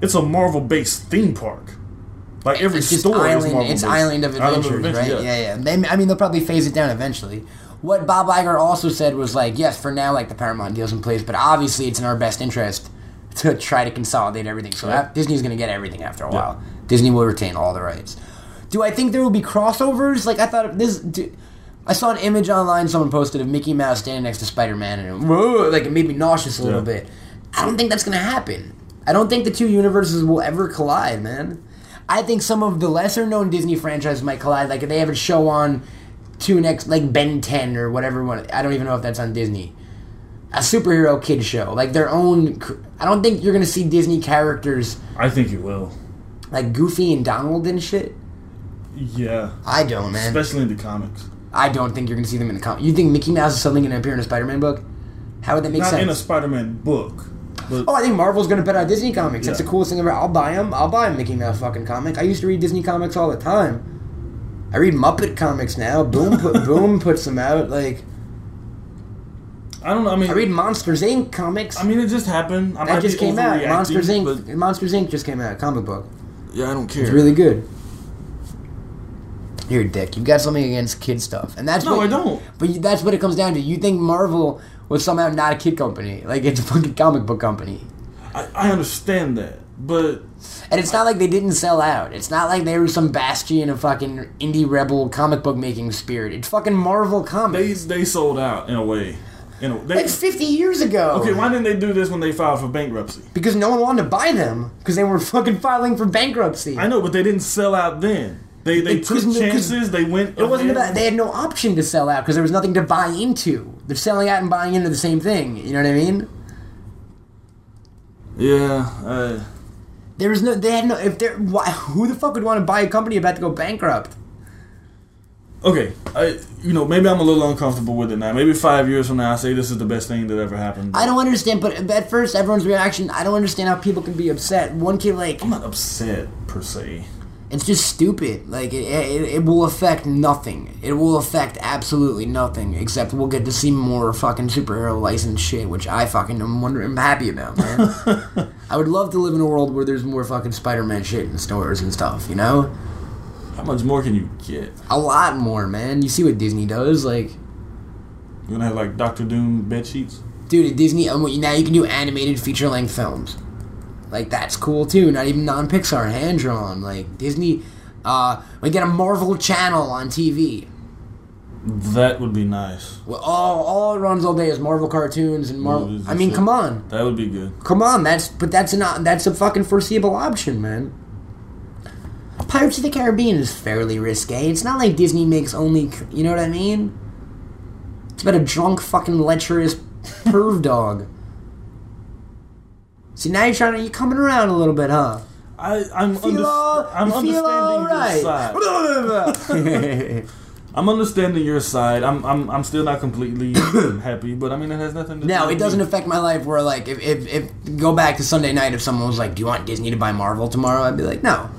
Speaker 1: it's a Marvel based theme park. Like every
Speaker 3: it's just
Speaker 1: store is
Speaker 3: island.
Speaker 1: Marvel.
Speaker 3: It's Island of Adventures, right? Yeah, yeah. They, I mean, they'll probably phase it down eventually. What Bob Iger also said was like, yes, for now, like the Paramount deal's in place, but obviously it's in our best interest to try to consolidate everything. So that, Disney's going to get everything after a while. Disney will retain all the rights. Do I think there will be crossovers? Like I thought this. Do, I saw an image online someone posted of Mickey Mouse standing next to Spider Man, and it- whoa, like it made me nauseous a little
Speaker 1: Yeah.
Speaker 3: bit. I don't think that's gonna happen. I don't think the two universes will ever collide, man. I think some of the lesser known Disney franchises might collide. Like if they have a show on two next, like Ben Ten or whatever one. I don't even know if that's on Disney. A superhero kid show, like their own. cr- I don't think you're gonna see Disney characters
Speaker 1: I think you will.
Speaker 3: like Goofy and Donald and shit.
Speaker 1: Yeah,
Speaker 3: I don't, Oh, man.
Speaker 1: especially in the comics.
Speaker 3: I don't think you're going to see them in the comic. You think Mickey Mouse is suddenly going to appear in a Spider-Man book? How would that make
Speaker 1: Not in a
Speaker 3: sense?
Speaker 1: Spider-Man book, but
Speaker 3: oh, I think Marvel's going to bet on Disney comics. That's
Speaker 1: Yeah.
Speaker 3: the coolest thing ever. I'll buy them. I'll buy a Mickey Mouse fucking comic. I used to read Disney comics all the time. I read Muppet comics now. Boom, put, Boom puts them out. Like
Speaker 1: I don't know. I mean,
Speaker 3: I read Monsters Inc. comics.
Speaker 1: I mean, it just happened. I
Speaker 3: that
Speaker 1: might
Speaker 3: just
Speaker 1: be
Speaker 3: came out.
Speaker 1: overreacting,
Speaker 3: Monsters Inc.
Speaker 1: but-
Speaker 3: Monsters Inc. just came out. Comic book.
Speaker 1: yeah, I don't care.
Speaker 3: It's really good. You're a dick. You've got something against kid stuff, and that's
Speaker 1: no,
Speaker 3: what,
Speaker 1: I don't.
Speaker 3: But you- that's what it comes down to. You think Marvel was somehow not a kid company? Like it's a fucking comic book company,
Speaker 1: I, I understand that, but
Speaker 3: and it's not like they didn't sell out. It's not like they were some bastion of fucking indie rebel comic book making spirit. It's fucking Marvel
Speaker 1: they
Speaker 3: comics.
Speaker 1: they sold out in a way. In a, they,
Speaker 3: like fifty years ago.
Speaker 1: okay, why didn't they do this when they filed for bankruptcy?
Speaker 3: Because no one wanted to buy them because they were fucking filing for bankruptcy.
Speaker 1: I know, but they didn't sell out then. They they
Speaker 3: They
Speaker 1: took
Speaker 3: couldn't- 'cause
Speaker 1: chances. They went.
Speaker 3: It wasn't
Speaker 1: ahead.
Speaker 3: about they had no option to sell out because there was nothing to buy into. They're selling out and buying into the same thing. You know what I mean?
Speaker 1: Yeah, uh,
Speaker 3: There was no they had no if they're why, who the fuck would want to buy a company about to go bankrupt?
Speaker 1: okay, I you know maybe I'm a little uncomfortable with it now. Maybe five years from now, I say this is the best thing that ever happened.
Speaker 3: I don't understand, but at first everyone's reaction, I don't understand how people can be upset. One kid like
Speaker 1: I'm not upset per se.
Speaker 3: it's just stupid. Like it, it, it will affect nothing. It will affect absolutely nothing except we'll get to see more fucking superhero license shit, which I fucking am wonder am happy about, man. I would love to live in a world where there's more fucking Spider-Man shit in stores and stuff, you know?
Speaker 1: How much more can you get?
Speaker 3: A lot more, man. You see what Disney does, like
Speaker 1: You're gonna have like Doctor Doom bed sheets.
Speaker 3: dude at disney um, now you can do animated feature-length films like that's cool too not even non-pixar hand-drawn like disney uh we get a marvel channel on tv
Speaker 1: That would be nice.
Speaker 3: well, all, all it runs all day is marvel cartoons and marvel
Speaker 1: Movies and
Speaker 3: i mean
Speaker 1: shit.
Speaker 3: come on
Speaker 1: That would be good.
Speaker 3: come on that's but that's not that's a fucking foreseeable option man pirates of the caribbean is fairly risque it's not like disney makes only c- you know what i mean it's about a drunk fucking lecherous perv dog see now you're trying to you're coming around a little bit huh
Speaker 1: I I'm,
Speaker 3: Feel
Speaker 1: underst-
Speaker 3: all-
Speaker 1: I'm
Speaker 3: you feel all
Speaker 1: understanding your
Speaker 3: right.
Speaker 1: side. I'm understanding your side. I'm I'm I'm still not completely happy, but I mean it has nothing to do.
Speaker 3: no, it
Speaker 1: with
Speaker 3: doesn't
Speaker 1: me.
Speaker 3: affect my life. Where like, if, if if go back to Sunday night, if someone was like, "Do you want Disney to buy Marvel tomorrow?" I'd be like, "No,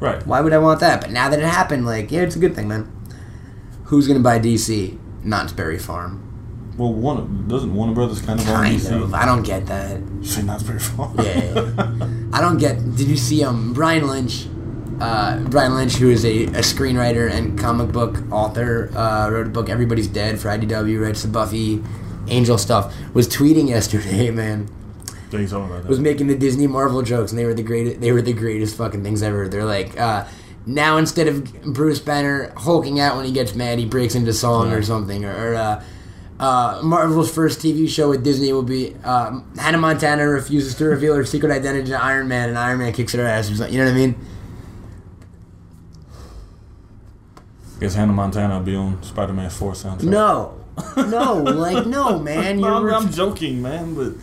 Speaker 1: Right.
Speaker 3: Why would I want that? But now that it happened, like, yeah, it's a good thing, man. Who's gonna buy DC? Knott's Berry Farm.
Speaker 1: Well, one of, doesn't Warner Brothers kind of own
Speaker 3: I
Speaker 1: DC?
Speaker 3: know. I don't get that.
Speaker 1: Say not very far.
Speaker 3: Yeah. I don't get. Did you see um Brian Lynch? Uh, Brian Lynch, who is a, a screenwriter and comic book author, uh, wrote a book Everybody's Dead for IDW. Writes the Buffy, Angel stuff. Was tweeting yesterday, man.
Speaker 1: They ain't talking about that.
Speaker 3: was making the Disney Marvel jokes, and they were the greatest. They were the greatest fucking things ever. They're like, uh, now instead of Bruce Banner hulking out when he gets mad, he breaks into song or something. Or, or uh, uh, Marvel's first TV show with Disney will be uh, Hannah Montana refuses to reveal her secret identity to Iron Man, and Iron Man kicks her ass. Or something, you know what I mean?
Speaker 1: Guess Hannah Montana will be on Spider Man 4 soundtrack.
Speaker 3: No, no, like no, man. You're
Speaker 1: No, I'm, I'm joking, man, but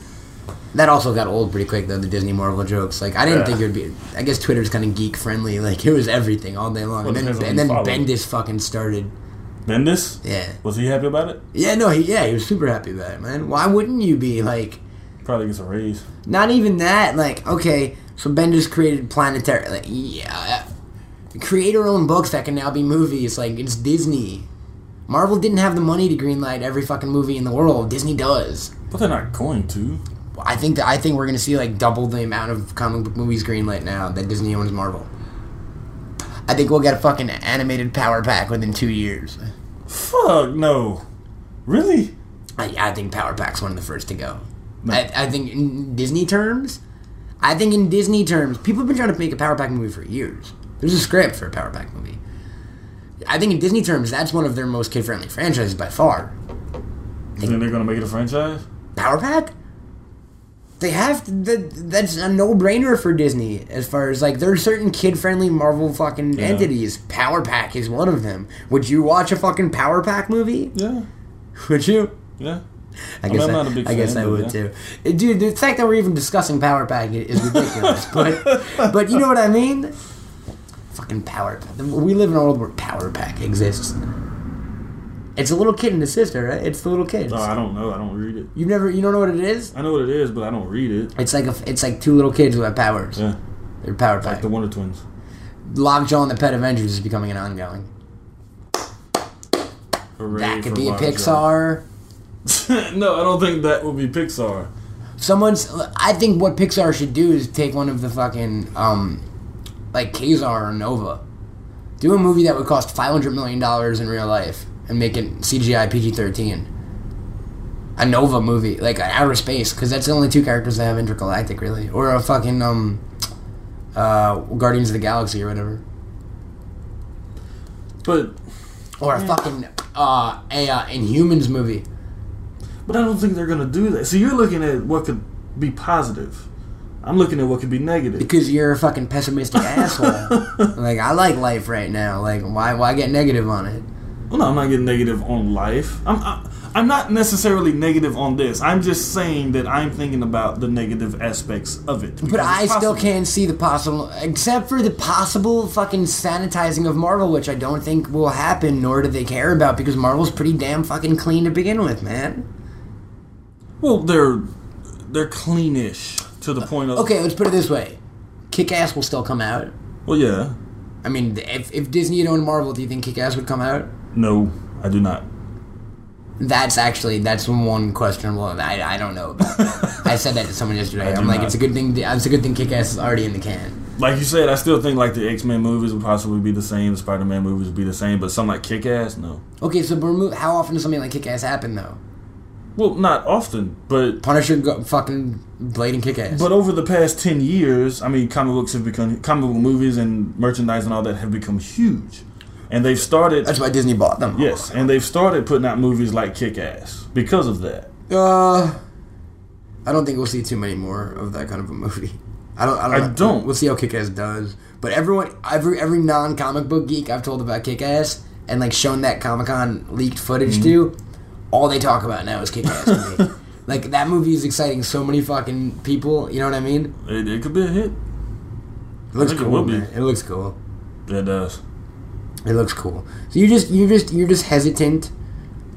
Speaker 3: That also got old pretty quick though. The Disney Marvel jokes, like I didn't
Speaker 1: Yeah.
Speaker 3: think it would be. I guess Twitter's kind of geek friendly. Like it was everything all day long,
Speaker 1: Well, it
Speaker 3: and then,
Speaker 1: depends on
Speaker 3: and then
Speaker 1: who you follow.
Speaker 3: Bendis fucking started.
Speaker 1: Bendis?
Speaker 3: Yeah,
Speaker 1: Was he happy about it?
Speaker 3: yeah, no, he, yeah, he was super happy about it, man. Why wouldn't you be like?
Speaker 1: Probably gets a raise.
Speaker 3: Not even that. Like okay, so Bendis created planetary. Like, yeah, create our own books that can now be movies. Like it's Disney. Marvel didn't have the money to greenlight every fucking movie in the world. Disney does.
Speaker 1: But they're not going to.
Speaker 3: I think that I think we're gonna see like double the amount of comic book movies greenlit now that Disney owns Marvel. I think we'll get a fucking animated power pack within two years.
Speaker 1: Fuck no. Really?
Speaker 3: I, I think power pack's one of the first to go. I, I think in Disney terms, I think in Disney terms, people have been trying to make a Power Pack movie for years. There's a script for a Power Pack movie. I think in Disney terms, that's one of their most kid friendly franchises by far.
Speaker 1: You think they're gonna make it a franchise?
Speaker 3: Power Pack? They have to, that, that's a no brainer for Disney as far as like there are certain kid friendly Marvel fucking entities. Power Pack is one of them. Would you watch a fucking Power Pack movie?
Speaker 1: Yeah,
Speaker 3: Would you?
Speaker 1: yeah.
Speaker 3: I guess I,
Speaker 1: I'm not a big
Speaker 3: I guess
Speaker 1: fan,
Speaker 3: I
Speaker 1: but
Speaker 3: would
Speaker 1: yeah.
Speaker 3: too. Uh, Dude, the fact that we're even discussing Power Pack i- is ridiculous, but but you know what I mean? Fucking Power Pack. We live in a world where Power Pack exists. It's a little kid and his sister, right? It's the little kids.
Speaker 1: No, Oh, I don't know. I don't read it.
Speaker 3: You've never, you don't know what it is?
Speaker 1: I know what it is, but I don't read it.
Speaker 3: It's like a, f- it's like two little kids who have powers.
Speaker 1: Yeah,
Speaker 3: They're Power Pack.
Speaker 1: the Wonder Twins.
Speaker 3: Lockjaw and the Pet Avengers is becoming an ongoing.
Speaker 1: Hooray
Speaker 3: That could
Speaker 1: for
Speaker 3: be a
Speaker 1: Lockjaw.
Speaker 3: Pixar.
Speaker 1: no, I don't think that would be Pixar.
Speaker 3: Someone's. I think what Pixar should do is take one of the fucking um, like Kazar or Nova, do a movie that would cost five hundred million dollars in real life and make it CGI PG thirteen. A Nova movie, like an outer space, because that's the only two characters that have intergalactic, really, or a fucking um, uh, Guardians of the Galaxy or whatever,
Speaker 1: But
Speaker 3: or a fucking uh, a uh, Inhumans movie.
Speaker 1: but I don't think they're gonna do that. So you're looking at what could be positive. I'm looking at what could be negative.
Speaker 3: because you're a fucking pessimistic asshole. Like I like life right now. Like why why get negative on it?
Speaker 1: Well, no, I'm not getting negative on life. I'm I, I'm not necessarily negative on this. I'm just saying that I'm thinking about the negative aspects of it.
Speaker 3: But I still can't see the possible, except for the possible fucking sanitizing of Marvel, which I don't think will happen, nor do they care about because Marvel's pretty damn fucking clean to begin with, man.
Speaker 1: Well, they're they're cleanish to the point of
Speaker 3: Okay, let's put it this way: Kick Ass will still come out.
Speaker 1: Well, yeah.
Speaker 3: I mean, if, if Disney had owned Marvel, do you think Kick Ass would come out?
Speaker 1: No, I do not.
Speaker 3: That's actually that's one questionable. I, I don't know. About that. I said that to someone yesterday.
Speaker 1: do
Speaker 3: I'm like,
Speaker 1: not.
Speaker 3: it's a good thing. It's a good thing. Kick Ass is already in the can.
Speaker 1: Like you said, I still think like the X Men movies would possibly be the same, the Spider Man movies would be the same, but something like Kick Ass, no.
Speaker 3: Okay, so but remove, how often does something like Kick Ass happen though?
Speaker 1: Well, not often, but
Speaker 3: Punisher, go, fucking Blade, and Kick Ass.
Speaker 1: But over the past ten years, I mean, comic books have become comic book movies and merchandise and all that have become huge, and they've started
Speaker 3: That's why Disney bought them.
Speaker 1: yes, and they've started putting out movies like Kick Ass because of that.
Speaker 3: Uh, I don't think we'll see too many more of that kind of a movie. I don't. I don't.
Speaker 1: I don't.
Speaker 3: We'll see how Kick Ass does. But everyone, every every non comic book geek I've told about Kick Ass and like shown that Comic Con leaked footage
Speaker 1: Mm-hmm.
Speaker 3: to, all they talk about now is Kick Ass. like that movie is exciting so many fucking people. You know what I mean?
Speaker 1: It, it could be a hit.
Speaker 3: It looks
Speaker 1: think it
Speaker 3: cool.
Speaker 1: will be.
Speaker 3: man. It looks cool.
Speaker 1: It does.
Speaker 3: It looks cool. So you just you just you're just hesitant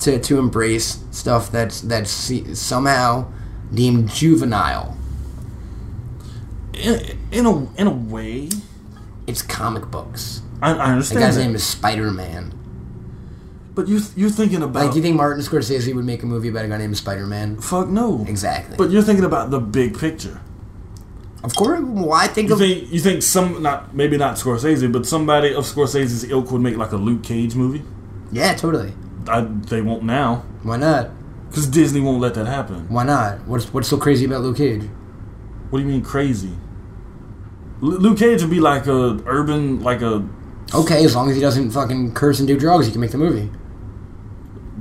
Speaker 3: to to embrace stuff that's that's se- somehow deemed juvenile.
Speaker 1: In, in a in a way,
Speaker 3: It's comic books.
Speaker 1: I, I
Speaker 3: The guy's
Speaker 1: understand.
Speaker 3: name
Speaker 1: That.
Speaker 3: is Spider Man.
Speaker 1: But you you're thinking about
Speaker 3: Like, do you think Martin Scorsese would make a movie about a guy named Spider Man?
Speaker 1: fuck no.
Speaker 3: Exactly.
Speaker 1: But you're thinking about the big picture.
Speaker 3: of course, why think
Speaker 1: You
Speaker 3: of
Speaker 1: think you think some not maybe not Scorsese, but somebody of Scorsese's ilk would make like a Luke Cage movie.
Speaker 3: yeah, totally.
Speaker 1: I, they won't now
Speaker 3: Why not?
Speaker 1: because Disney won't let that happen.
Speaker 3: Why not? What's what's so crazy about Luke Cage?
Speaker 1: What do you mean crazy? Lu Luke Cage would be like a urban, like a.
Speaker 3: Okay, as long as he doesn't fucking curse and do drugs, he can make the movie.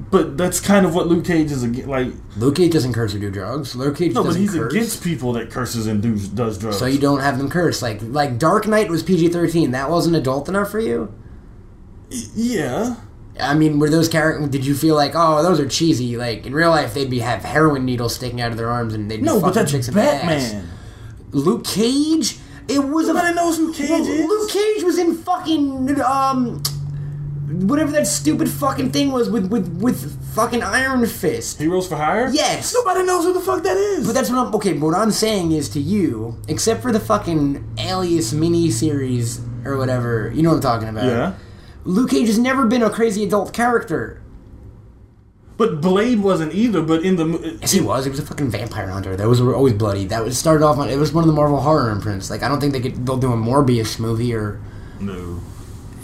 Speaker 1: But that's kind of what Luke Cage is against. Like
Speaker 3: Luke Cage doesn't curse or do drugs. Luke Cage
Speaker 1: no, but
Speaker 3: doesn't
Speaker 1: he's
Speaker 3: curse.
Speaker 1: against people that curses and do, does drugs.
Speaker 3: So you don't have them curse. Like like Dark Knight was PG thirteen. That wasn't adult enough for you.
Speaker 1: yeah,
Speaker 3: I mean, were those characters? Did you feel like, oh, those are cheesy? Like in real life, they'd be have heroin needles sticking out of their arms, and they'd be
Speaker 1: no, but
Speaker 3: fucking
Speaker 1: that's
Speaker 3: chicks in the ass.
Speaker 1: Batman.
Speaker 3: Luke Cage. It was
Speaker 1: Nobody
Speaker 3: a
Speaker 1: knows who Cage is.
Speaker 3: Luke Cage was in fucking um, whatever that stupid fucking thing was with with with fucking Iron Fist.
Speaker 1: Heroes for Hire.
Speaker 3: Yes.
Speaker 1: Nobody knows who the fuck that is.
Speaker 3: But that's what I'm okay. What I'm saying is to you, except for the fucking Alias mini series or whatever, you know what I'm talking about.
Speaker 1: yeah.
Speaker 3: Luke Cage has never been a crazy adult character.
Speaker 1: But Blade wasn't either. But in the mo-
Speaker 3: Yes, he was. He was a fucking vampire hunter. Those were always bloody. That was started off on. It was one of the Marvel horror imprints. Like I don't think they could. They'll do a Morbius movie or.
Speaker 1: no,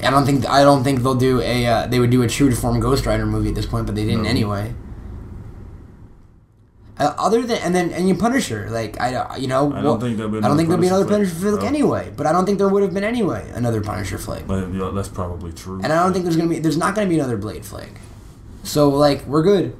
Speaker 3: I don't think. I don't think they'll do a. Uh, they would do a true to form Ghost Rider movie at this point, but they didn't anyway. Uh, other than and then and you Punisher, like I don't- you know,
Speaker 1: I don't
Speaker 3: well,
Speaker 1: think there'll be
Speaker 3: I don't
Speaker 1: another
Speaker 3: think there'll be another
Speaker 1: Punisher
Speaker 3: Punisher
Speaker 1: flick.
Speaker 3: flick
Speaker 1: No.
Speaker 3: anyway. But I don't think there would have been anyway another Punisher flick.
Speaker 1: But yeah, that's probably true.
Speaker 3: And I don't think there's gonna be there's not gonna be another Blade flick. So like we're good.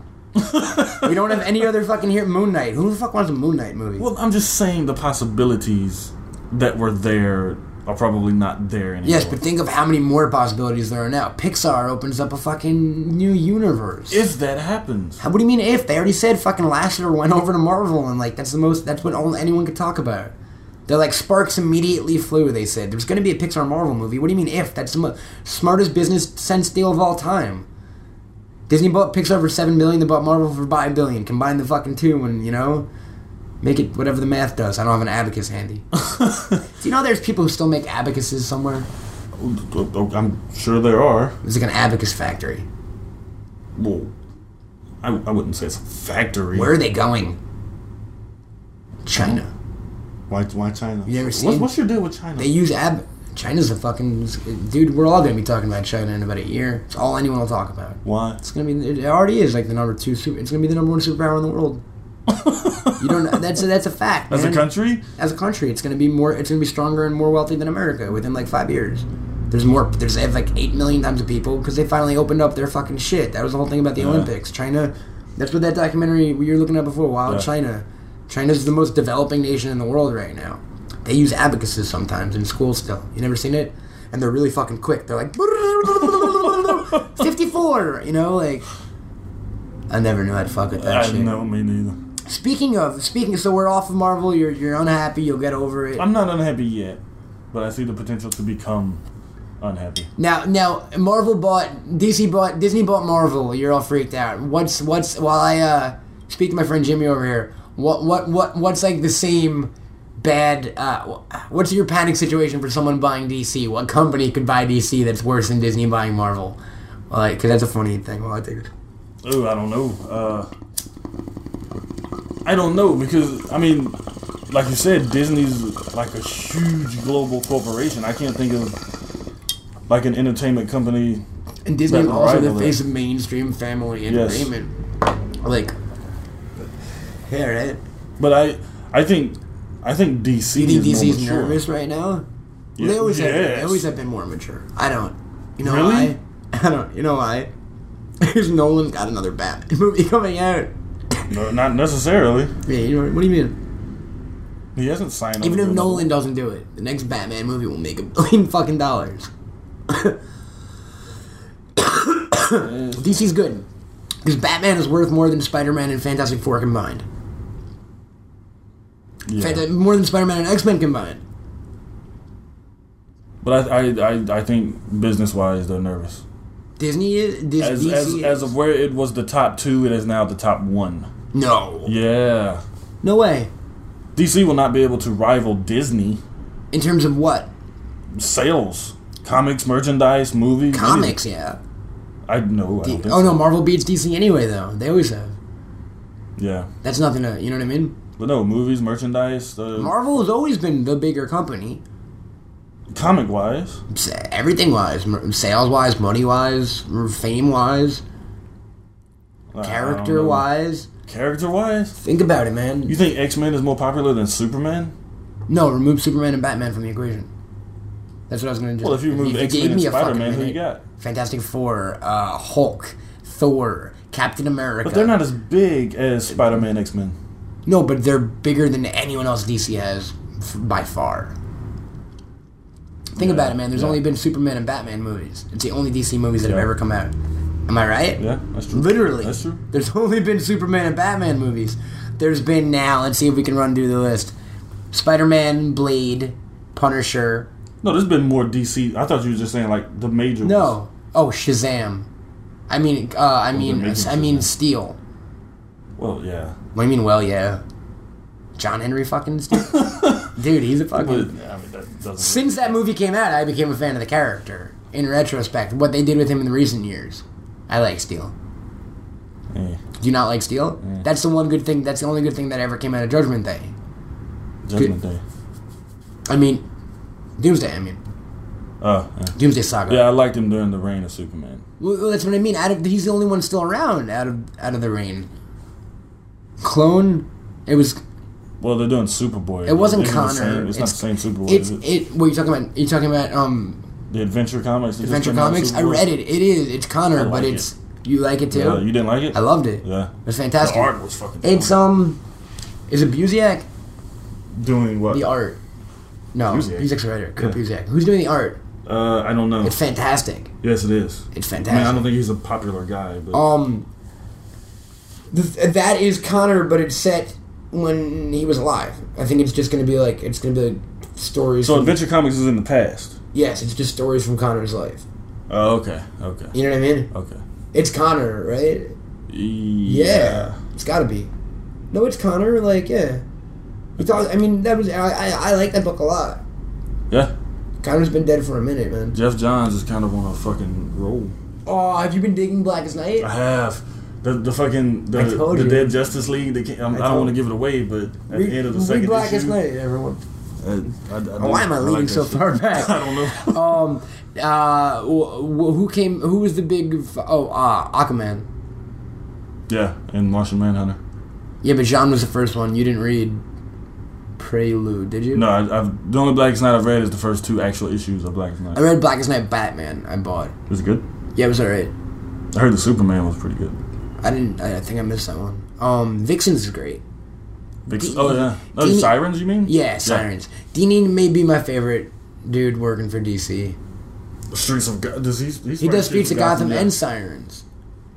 Speaker 3: we don't have any other fucking here Moon Knight. Who the fuck wants a Moon Knight movie?
Speaker 1: Well, I'm just saying the possibilities that were there are probably not there anymore.
Speaker 3: yes, but think of how many more possibilities there are now. Pixar opens up a fucking new universe.
Speaker 1: if that happens,
Speaker 3: How- What do you mean if? They already said fucking Lasseter went over to Marvel and like that's the most that's what all anyone could talk about. They're like sparks immediately flew. They said there's going to be a Pixar Marvel movie. What do you mean if? That's the mo- smartest business sense deal of all time. Disney bought Pixar for seven billion. They bought Marvel for five billion. Combine the fucking two and you know, make it whatever the math does. I don't have an abacus handy. do you know there's people who still make abacuses somewhere?
Speaker 1: I'm sure there are.
Speaker 3: There's like an abacus factory.
Speaker 1: Well, I, I wouldn't say it's a factory.
Speaker 3: Where are they going? China.
Speaker 1: Why, why China?
Speaker 3: You ever
Speaker 1: What's-
Speaker 3: seen-
Speaker 1: what's your deal with China?
Speaker 3: They use ab. China's a fucking dude. We're all gonna be talking about China in about a year. It's all anyone will talk about.
Speaker 1: why?
Speaker 3: It's gonna be. It already is like the number two super. It's gonna be the number one superpower in the world. you don't. That's a, that's a fact.
Speaker 1: As a
Speaker 3: man.
Speaker 1: country?
Speaker 3: As a country, it's gonna be more. It's gonna be stronger and more wealthy than America within like five years. There's more. There's they have like eight million times of people because they finally opened up their fucking shit. That was the whole thing about the Olympics. China. That's what that documentary we were looking at before. Wild
Speaker 1: Yeah.
Speaker 3: China. China's the most developing nation in the world right now. They use abacuses sometimes in school still. You never seen it? And they're really fucking quick. They're like fifty-four. You know, like. I never knew I'd fuck with that
Speaker 1: I
Speaker 3: shit.
Speaker 1: no, me neither.
Speaker 3: Speaking of speaking, so we're off of Marvel. You're you're unhappy. You'll get over it.
Speaker 1: I'm not unhappy yet, but I see the potential to become unhappy.
Speaker 3: Now, now, Marvel bought DC bought Disney bought Marvel. You're all freaked out. What's what's while I uh, speak to my friend Jimmy over here. What what what what's like the same bad? Uh, what's your panic situation for someone buying DC? What company could buy DC that's worse than Disney buying Marvel? Like, cause that's a funny thing. Well, I think
Speaker 1: Oh, I don't know. Uh, I don't know because I mean, like you said, Disney's like a huge global corporation. I can't think of like an entertainment company.
Speaker 3: and Disney
Speaker 1: That
Speaker 3: is also the
Speaker 1: rival
Speaker 3: face
Speaker 1: it.
Speaker 3: of mainstream family
Speaker 1: Yes.
Speaker 3: entertainment. Like, yeah,
Speaker 1: eh?
Speaker 3: right.
Speaker 1: But I, I think, I think DC.
Speaker 3: You think
Speaker 1: is more
Speaker 3: DC's
Speaker 1: mature.
Speaker 3: nervous right now?
Speaker 1: Ye-
Speaker 3: they always have, they
Speaker 1: yes.
Speaker 3: always have been more mature. I don't. You know
Speaker 1: Really?
Speaker 3: why? I don't. You know why? Because Nolan's got another Batman movie coming out.
Speaker 1: No, not necessarily.
Speaker 3: Yeah, you know, what do you mean?
Speaker 1: He hasn't signed.
Speaker 3: Even
Speaker 1: on
Speaker 3: if
Speaker 1: to another-
Speaker 3: Nolan doesn't do it, the next Batman movie will make a billion fucking dollars. DC's good. Because Batman is worth more than Spider-Man and Fantastic Four combined.
Speaker 1: Yeah.
Speaker 3: Fanta- more than Spider-Man and X-Men combined.
Speaker 1: But I, I, I, I think business wise, they're nervous.
Speaker 3: Disney is... Dis-
Speaker 1: As,
Speaker 3: DC
Speaker 1: as,
Speaker 3: is-
Speaker 1: as of where it was the top two, it is now the top one.
Speaker 3: no.
Speaker 1: Yeah.
Speaker 3: No way.
Speaker 1: DC will not be able to rival Disney
Speaker 3: In terms of what?
Speaker 1: sales, comics, merchandise, movies.
Speaker 3: Comics, yeah.
Speaker 1: I know. I don't think
Speaker 3: Oh no,
Speaker 1: so.
Speaker 3: Marvel beats DC anyway though. They always have.
Speaker 1: Yeah,
Speaker 3: That's nothing to you know what I mean?
Speaker 1: but no movies, merchandise, uh,
Speaker 3: Marvel has always been the bigger company.
Speaker 1: comic wise.
Speaker 3: Everything wise, sales wise, money wise, fame wise, character wise.
Speaker 1: Character wise,
Speaker 3: Think about it, man.
Speaker 1: you think X Men is more popular than Superman?
Speaker 3: no, remove Superman and Batman from the equation. That's what I was gonna do.
Speaker 1: Well, if you remove
Speaker 3: gave
Speaker 1: X-Men and
Speaker 3: me a fucking
Speaker 1: Spider-Man, who you
Speaker 3: minute,
Speaker 1: got?
Speaker 3: Fantastic Four, uh, Hulk, Thor, Captain America.
Speaker 1: But they're not as big as Spider Man, X Men.
Speaker 3: No, but they're bigger than anyone else DC has f- by far. Think about it, man. There's
Speaker 1: yeah.
Speaker 3: only been Superman and Batman movies. It's the only DC movies that have
Speaker 1: Yeah.
Speaker 3: ever come out. Am I right?
Speaker 1: Yeah, that's true.
Speaker 3: Literally.
Speaker 1: that's true.
Speaker 3: There's only been Superman and Batman movies. There's been now, let's see if we can run through the list Spider Man, Blade, Punisher.
Speaker 1: No, there's been more DC. I thought you were just saying like the major.
Speaker 3: No. Oh, Shazam. I mean, uh, I mean,
Speaker 1: making
Speaker 3: I mean,
Speaker 1: Shazam.
Speaker 3: Steel.
Speaker 1: Well, yeah,
Speaker 3: What do you mean, well, yeah? John Henry fucking Steel? Dude, he's a
Speaker 1: but I
Speaker 3: fucking.
Speaker 1: mean that doesn't.
Speaker 3: since that movie came out, I became a fan of the character. In retrospect, what they did with him in the recent years, I like Steel.
Speaker 1: Eh.
Speaker 3: Do you not like Steel?
Speaker 1: Mm.
Speaker 3: That's the one good thing. That's the only good thing that ever came out of Judgment Day.
Speaker 1: Judgment Day.
Speaker 3: I mean, Doomsday. I mean,
Speaker 1: Oh, yeah.
Speaker 3: Doomsday Saga.
Speaker 1: yeah, I liked him during the reign of Superman.
Speaker 3: Well, well, that's what I mean. Out of he's the only one still around out of out of the rain. Clone. It was.
Speaker 1: Well, they're doing Superboy.
Speaker 3: It wasn't
Speaker 1: Isn't it the
Speaker 3: Connor.
Speaker 1: same- it's, not the same Superboy.
Speaker 3: It's
Speaker 1: is it?
Speaker 3: it. What are you talking about? Are you talking about um
Speaker 1: the Adventure Comics. that just
Speaker 3: Adventure
Speaker 1: came out,
Speaker 3: Comics? I
Speaker 1: Superboy?
Speaker 3: read it. It is. It's Connor,
Speaker 1: like
Speaker 3: but
Speaker 1: it.
Speaker 3: it's you like it too.
Speaker 1: Yeah, you didn't like it?
Speaker 3: I loved it.
Speaker 1: Yeah.
Speaker 3: It was
Speaker 1: The
Speaker 3: fantastic.
Speaker 1: art was fucking.
Speaker 3: It's
Speaker 1: dope.
Speaker 3: um, is it Busiak?
Speaker 1: doing what?
Speaker 3: The art. No,
Speaker 1: Busiek.
Speaker 3: Busiak's a writer. Kurt
Speaker 1: Yeah.
Speaker 3: Busiek. Who's doing the art?
Speaker 1: Uh, I don't know.
Speaker 3: It's fantastic.
Speaker 1: yes, it is.
Speaker 3: It's
Speaker 1: I, mean, I
Speaker 3: fantastic.
Speaker 1: don't think he's a popular guy, but
Speaker 3: um, th- that is Connor, but it's set when he was alive. I think it's just gonna be like it's gonna be like stories.
Speaker 1: so
Speaker 3: from-
Speaker 1: Adventure Comics is in the past.
Speaker 3: yes, it's just stories from Connor's life.
Speaker 1: Oh, okay, okay,
Speaker 3: You know what I mean?
Speaker 1: okay.
Speaker 3: It's Connor, right? Yeah,
Speaker 1: Yeah.
Speaker 3: it's gotta be. No, it's Connor. Like, yeah. We thought. I mean, that was. I I, I like that book a lot.
Speaker 1: Yeah.
Speaker 3: Connor's been dead for a minute, man.
Speaker 1: Jeff Johns is kind of on a fucking roll.
Speaker 3: Oh, have you been digging Blackest Night?
Speaker 1: I have. The, the fucking the,
Speaker 3: I told
Speaker 1: the
Speaker 3: you.
Speaker 1: Dead Justice League. They can't, I'm, I,
Speaker 3: told-
Speaker 1: don't want to give it away, but at the end of the second
Speaker 3: Blackest
Speaker 1: issue,
Speaker 3: Night, everyone.
Speaker 1: I- I- I do-
Speaker 3: Why am I
Speaker 1: like
Speaker 3: leaning
Speaker 1: that
Speaker 3: so
Speaker 1: shit.
Speaker 3: far back?
Speaker 1: I don't know.
Speaker 3: um, uh, wh- who came? Who was the big? F- oh, uh, Aquaman.
Speaker 1: yeah, and Martian Manhunter.
Speaker 3: Yeah, but Jean was the first one. You didn't read Prelude, did you?
Speaker 1: No, I, I've the only Blackest Night I've read is the first two actual issues of Blackest Night.
Speaker 3: I read Blackest Night Batman. I bought.
Speaker 1: was it good?
Speaker 3: Yeah, it was alright.
Speaker 1: I heard the Superman was pretty good.
Speaker 3: I didn't. I I think I missed that one. Um, Vixen's is great.
Speaker 1: Big,
Speaker 3: Do-
Speaker 1: oh yeah, oh,
Speaker 3: do you-
Speaker 1: Sirens. You mean?
Speaker 3: Yeah, Sirens. Deanie may be my favorite dude working for DC.
Speaker 1: Streets of God. Does he? He's
Speaker 3: He does Streets of Gotham
Speaker 1: yeah.
Speaker 3: and Sirens.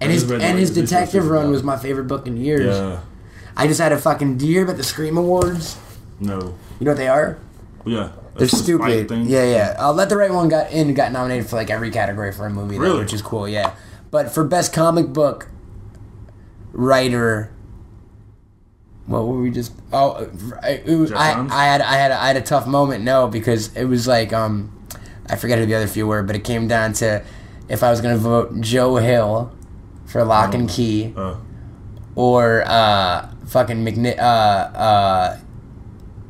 Speaker 3: And
Speaker 1: I
Speaker 3: his
Speaker 1: just read
Speaker 3: and
Speaker 1: the-
Speaker 3: his
Speaker 1: the Streets of
Speaker 3: detective run
Speaker 1: Gotham.
Speaker 3: was my favorite book in years.
Speaker 1: Yeah.
Speaker 3: I just had a fucking deer about the Scream Awards.
Speaker 1: No.
Speaker 3: You know what they are?
Speaker 1: Yeah.
Speaker 3: They're
Speaker 1: That's the
Speaker 3: stupid.
Speaker 1: fight thing.
Speaker 3: Yeah, yeah. Uh, Let the Right One got in got nominated for like every category for a movie, though,
Speaker 1: Really?
Speaker 3: which is cool. Yeah, but for best comic book writer, what were we just? Oh, uh, I, it was-
Speaker 1: Jeff
Speaker 3: I,
Speaker 1: Johns?
Speaker 3: I had I had a, I had a tough moment. No, because it was like um, I forget who the other few were, but it came down to if I was gonna vote Joe Hill for Lock and Key
Speaker 1: Uh,
Speaker 3: or uh, fucking McNi- uh,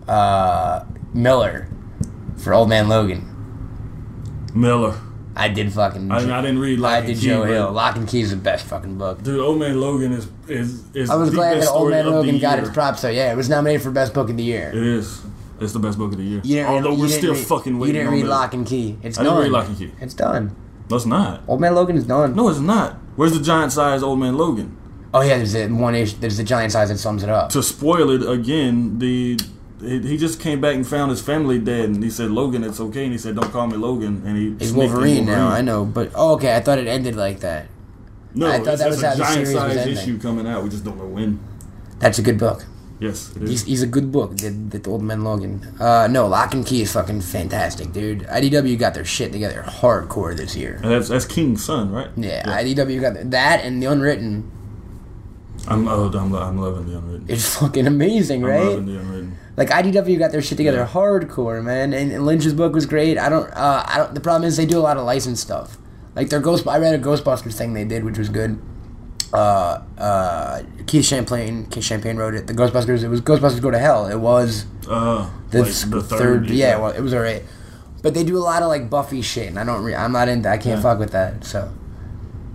Speaker 3: uh, uh, Miller for Old Man Logan.
Speaker 1: Miller.
Speaker 3: I did fucking.
Speaker 1: I, I didn't read. Lock
Speaker 3: I
Speaker 1: and
Speaker 3: did
Speaker 1: Key,
Speaker 3: Joe
Speaker 1: but-
Speaker 3: Hill. Lock and Key is the best fucking book.
Speaker 1: Dude, Old Man Logan is is is.
Speaker 3: I was
Speaker 1: the
Speaker 3: glad
Speaker 1: best
Speaker 3: that Old
Speaker 1: story
Speaker 3: Man
Speaker 1: of the
Speaker 3: Logan got
Speaker 1: year.
Speaker 3: its props. So yeah, it was nominated for best book of the year.
Speaker 1: It is. It's the best book of the year.
Speaker 3: You didn't
Speaker 1: Although
Speaker 3: you
Speaker 1: we're
Speaker 3: didn't
Speaker 1: still
Speaker 3: read-
Speaker 1: fucking
Speaker 3: You
Speaker 1: waiting.
Speaker 3: didn't
Speaker 1: on
Speaker 3: read
Speaker 1: the-
Speaker 3: Lock and Key. It's
Speaker 1: I
Speaker 3: done.
Speaker 1: didn't read Lock and Key.
Speaker 3: It's done.
Speaker 1: That's not.
Speaker 3: Old Man Logan is done.
Speaker 1: No, it's not. Where's the giant sized Old Man Logan?
Speaker 3: Oh yeah, there's a one issue. There's the giant size that sums it up.
Speaker 1: To spoil it again, the he he just came back and found his family dead, and he said, "Logan, it's okay." And he said, "Don't call me Logan." And he
Speaker 3: It's
Speaker 1: sneaked in
Speaker 3: Wolverine now. I know, but oh, okay. I thought it ended like that.
Speaker 1: No,
Speaker 3: I thought
Speaker 1: it's,
Speaker 3: that
Speaker 1: that's
Speaker 3: was how
Speaker 1: a
Speaker 3: the
Speaker 1: giant
Speaker 3: series was
Speaker 1: sized
Speaker 3: ending.
Speaker 1: issue coming out. We just don't know when.
Speaker 3: That's a good book.
Speaker 1: Yes, it is.
Speaker 3: He's, he's a good book, the, the Old Man Logan. Uh, no, Lock and Key is fucking fantastic, dude. IDW got their shit together hardcore this year.
Speaker 1: And that's that's King's son, right?
Speaker 3: Yeah, IDW got that and the Unwritten
Speaker 1: I'm oh, I'm, lo- I'm loving the unwritten.
Speaker 3: is fucking amazing,
Speaker 1: I'm
Speaker 3: right?
Speaker 1: loving the unwritten.
Speaker 3: Like IDW got their shit together
Speaker 1: Yeah.
Speaker 3: hardcore, man. And, and Lynch's book was great. I don't, uh, I don't. The problem is they do a lot of licensed stuff. Like their Ghost, I read a Ghostbusters thing they did, which was good. Uh, uh, Keith Champlain, Keith Champlain wrote it. The Ghostbusters, it was Ghostbusters Go to Hell. It was.
Speaker 1: Uh,
Speaker 3: the,
Speaker 1: like
Speaker 3: s-
Speaker 1: the
Speaker 3: third,
Speaker 1: third.
Speaker 3: yeah, well, it was alright. But they do a lot of like Buffy shit, and I don't. Re- I'm not into. I can't
Speaker 1: Yeah.
Speaker 3: fuck with that, so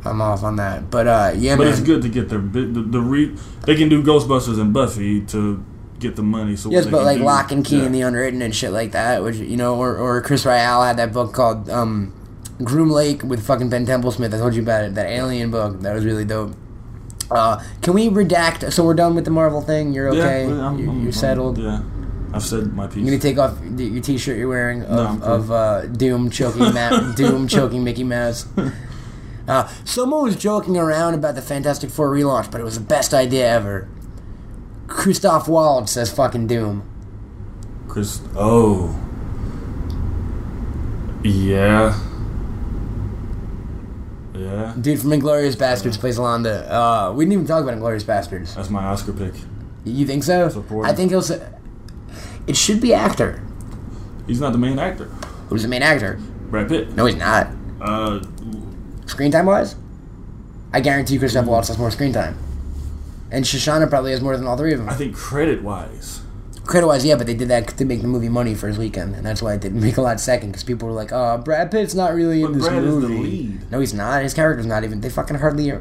Speaker 3: I'm off on that. But uh, yeah,
Speaker 1: But
Speaker 3: man.
Speaker 1: it's good to get their bi- the, the re. They can do Ghostbusters and Buffy to get the money. So
Speaker 3: Yes,
Speaker 1: what they
Speaker 3: but
Speaker 1: can
Speaker 3: like
Speaker 1: do-
Speaker 3: Lock and Key
Speaker 1: yeah.
Speaker 3: and the Unwritten and shit like that, which you know, or or Chris Rial had that book called um, Groom Lake with fucking Ben Temple Smith. I told you about it. That Alien book that was really dope. Uh, can we redact? So we're done with the Marvel thing. You're
Speaker 1: Yeah,
Speaker 3: okay.
Speaker 1: I'm-
Speaker 3: you,
Speaker 1: I'm-
Speaker 3: you're
Speaker 1: I'm-
Speaker 3: settled.
Speaker 1: yeah, I've said my piece.
Speaker 3: I'm gonna take off the- your T-shirt you're wearing of,
Speaker 1: I'm cool.
Speaker 3: of uh, Doom choking Ma- Doom choking Mickey Mouse. Uh, someone was joking around about the Fantastic Four relaunch, but it was the best idea ever. Christoph Waltz says fucking Doom.
Speaker 1: Chris. Oh. Yeah. Yeah.
Speaker 3: Dude from Inglorious Bastards plays Alonda. Uh, we didn't even talk about Inglorious Bastards.
Speaker 1: That's my Oscar pick.
Speaker 3: You think so?
Speaker 1: Supporting.
Speaker 3: I think he'll. Say, it should be actor.
Speaker 1: He's not the main actor.
Speaker 3: Who's the main actor?
Speaker 1: Brad Pitt.
Speaker 3: No, he's not.
Speaker 1: Uh,
Speaker 3: Screen time wise, I guarantee you Christoph Waltz has more screen time. And Shoshana probably has more than all three of them.
Speaker 1: I think credit wise.
Speaker 3: Credit wise, yeah, but they did that to make the movie money for his weekend, and that's why it didn't make a lot second because people were like, "Oh, Brad Pitt's not really in
Speaker 1: But
Speaker 3: this
Speaker 1: Brad is the
Speaker 3: movie."
Speaker 1: lead.
Speaker 3: No, he's not. His character's not even. They fucking hardly.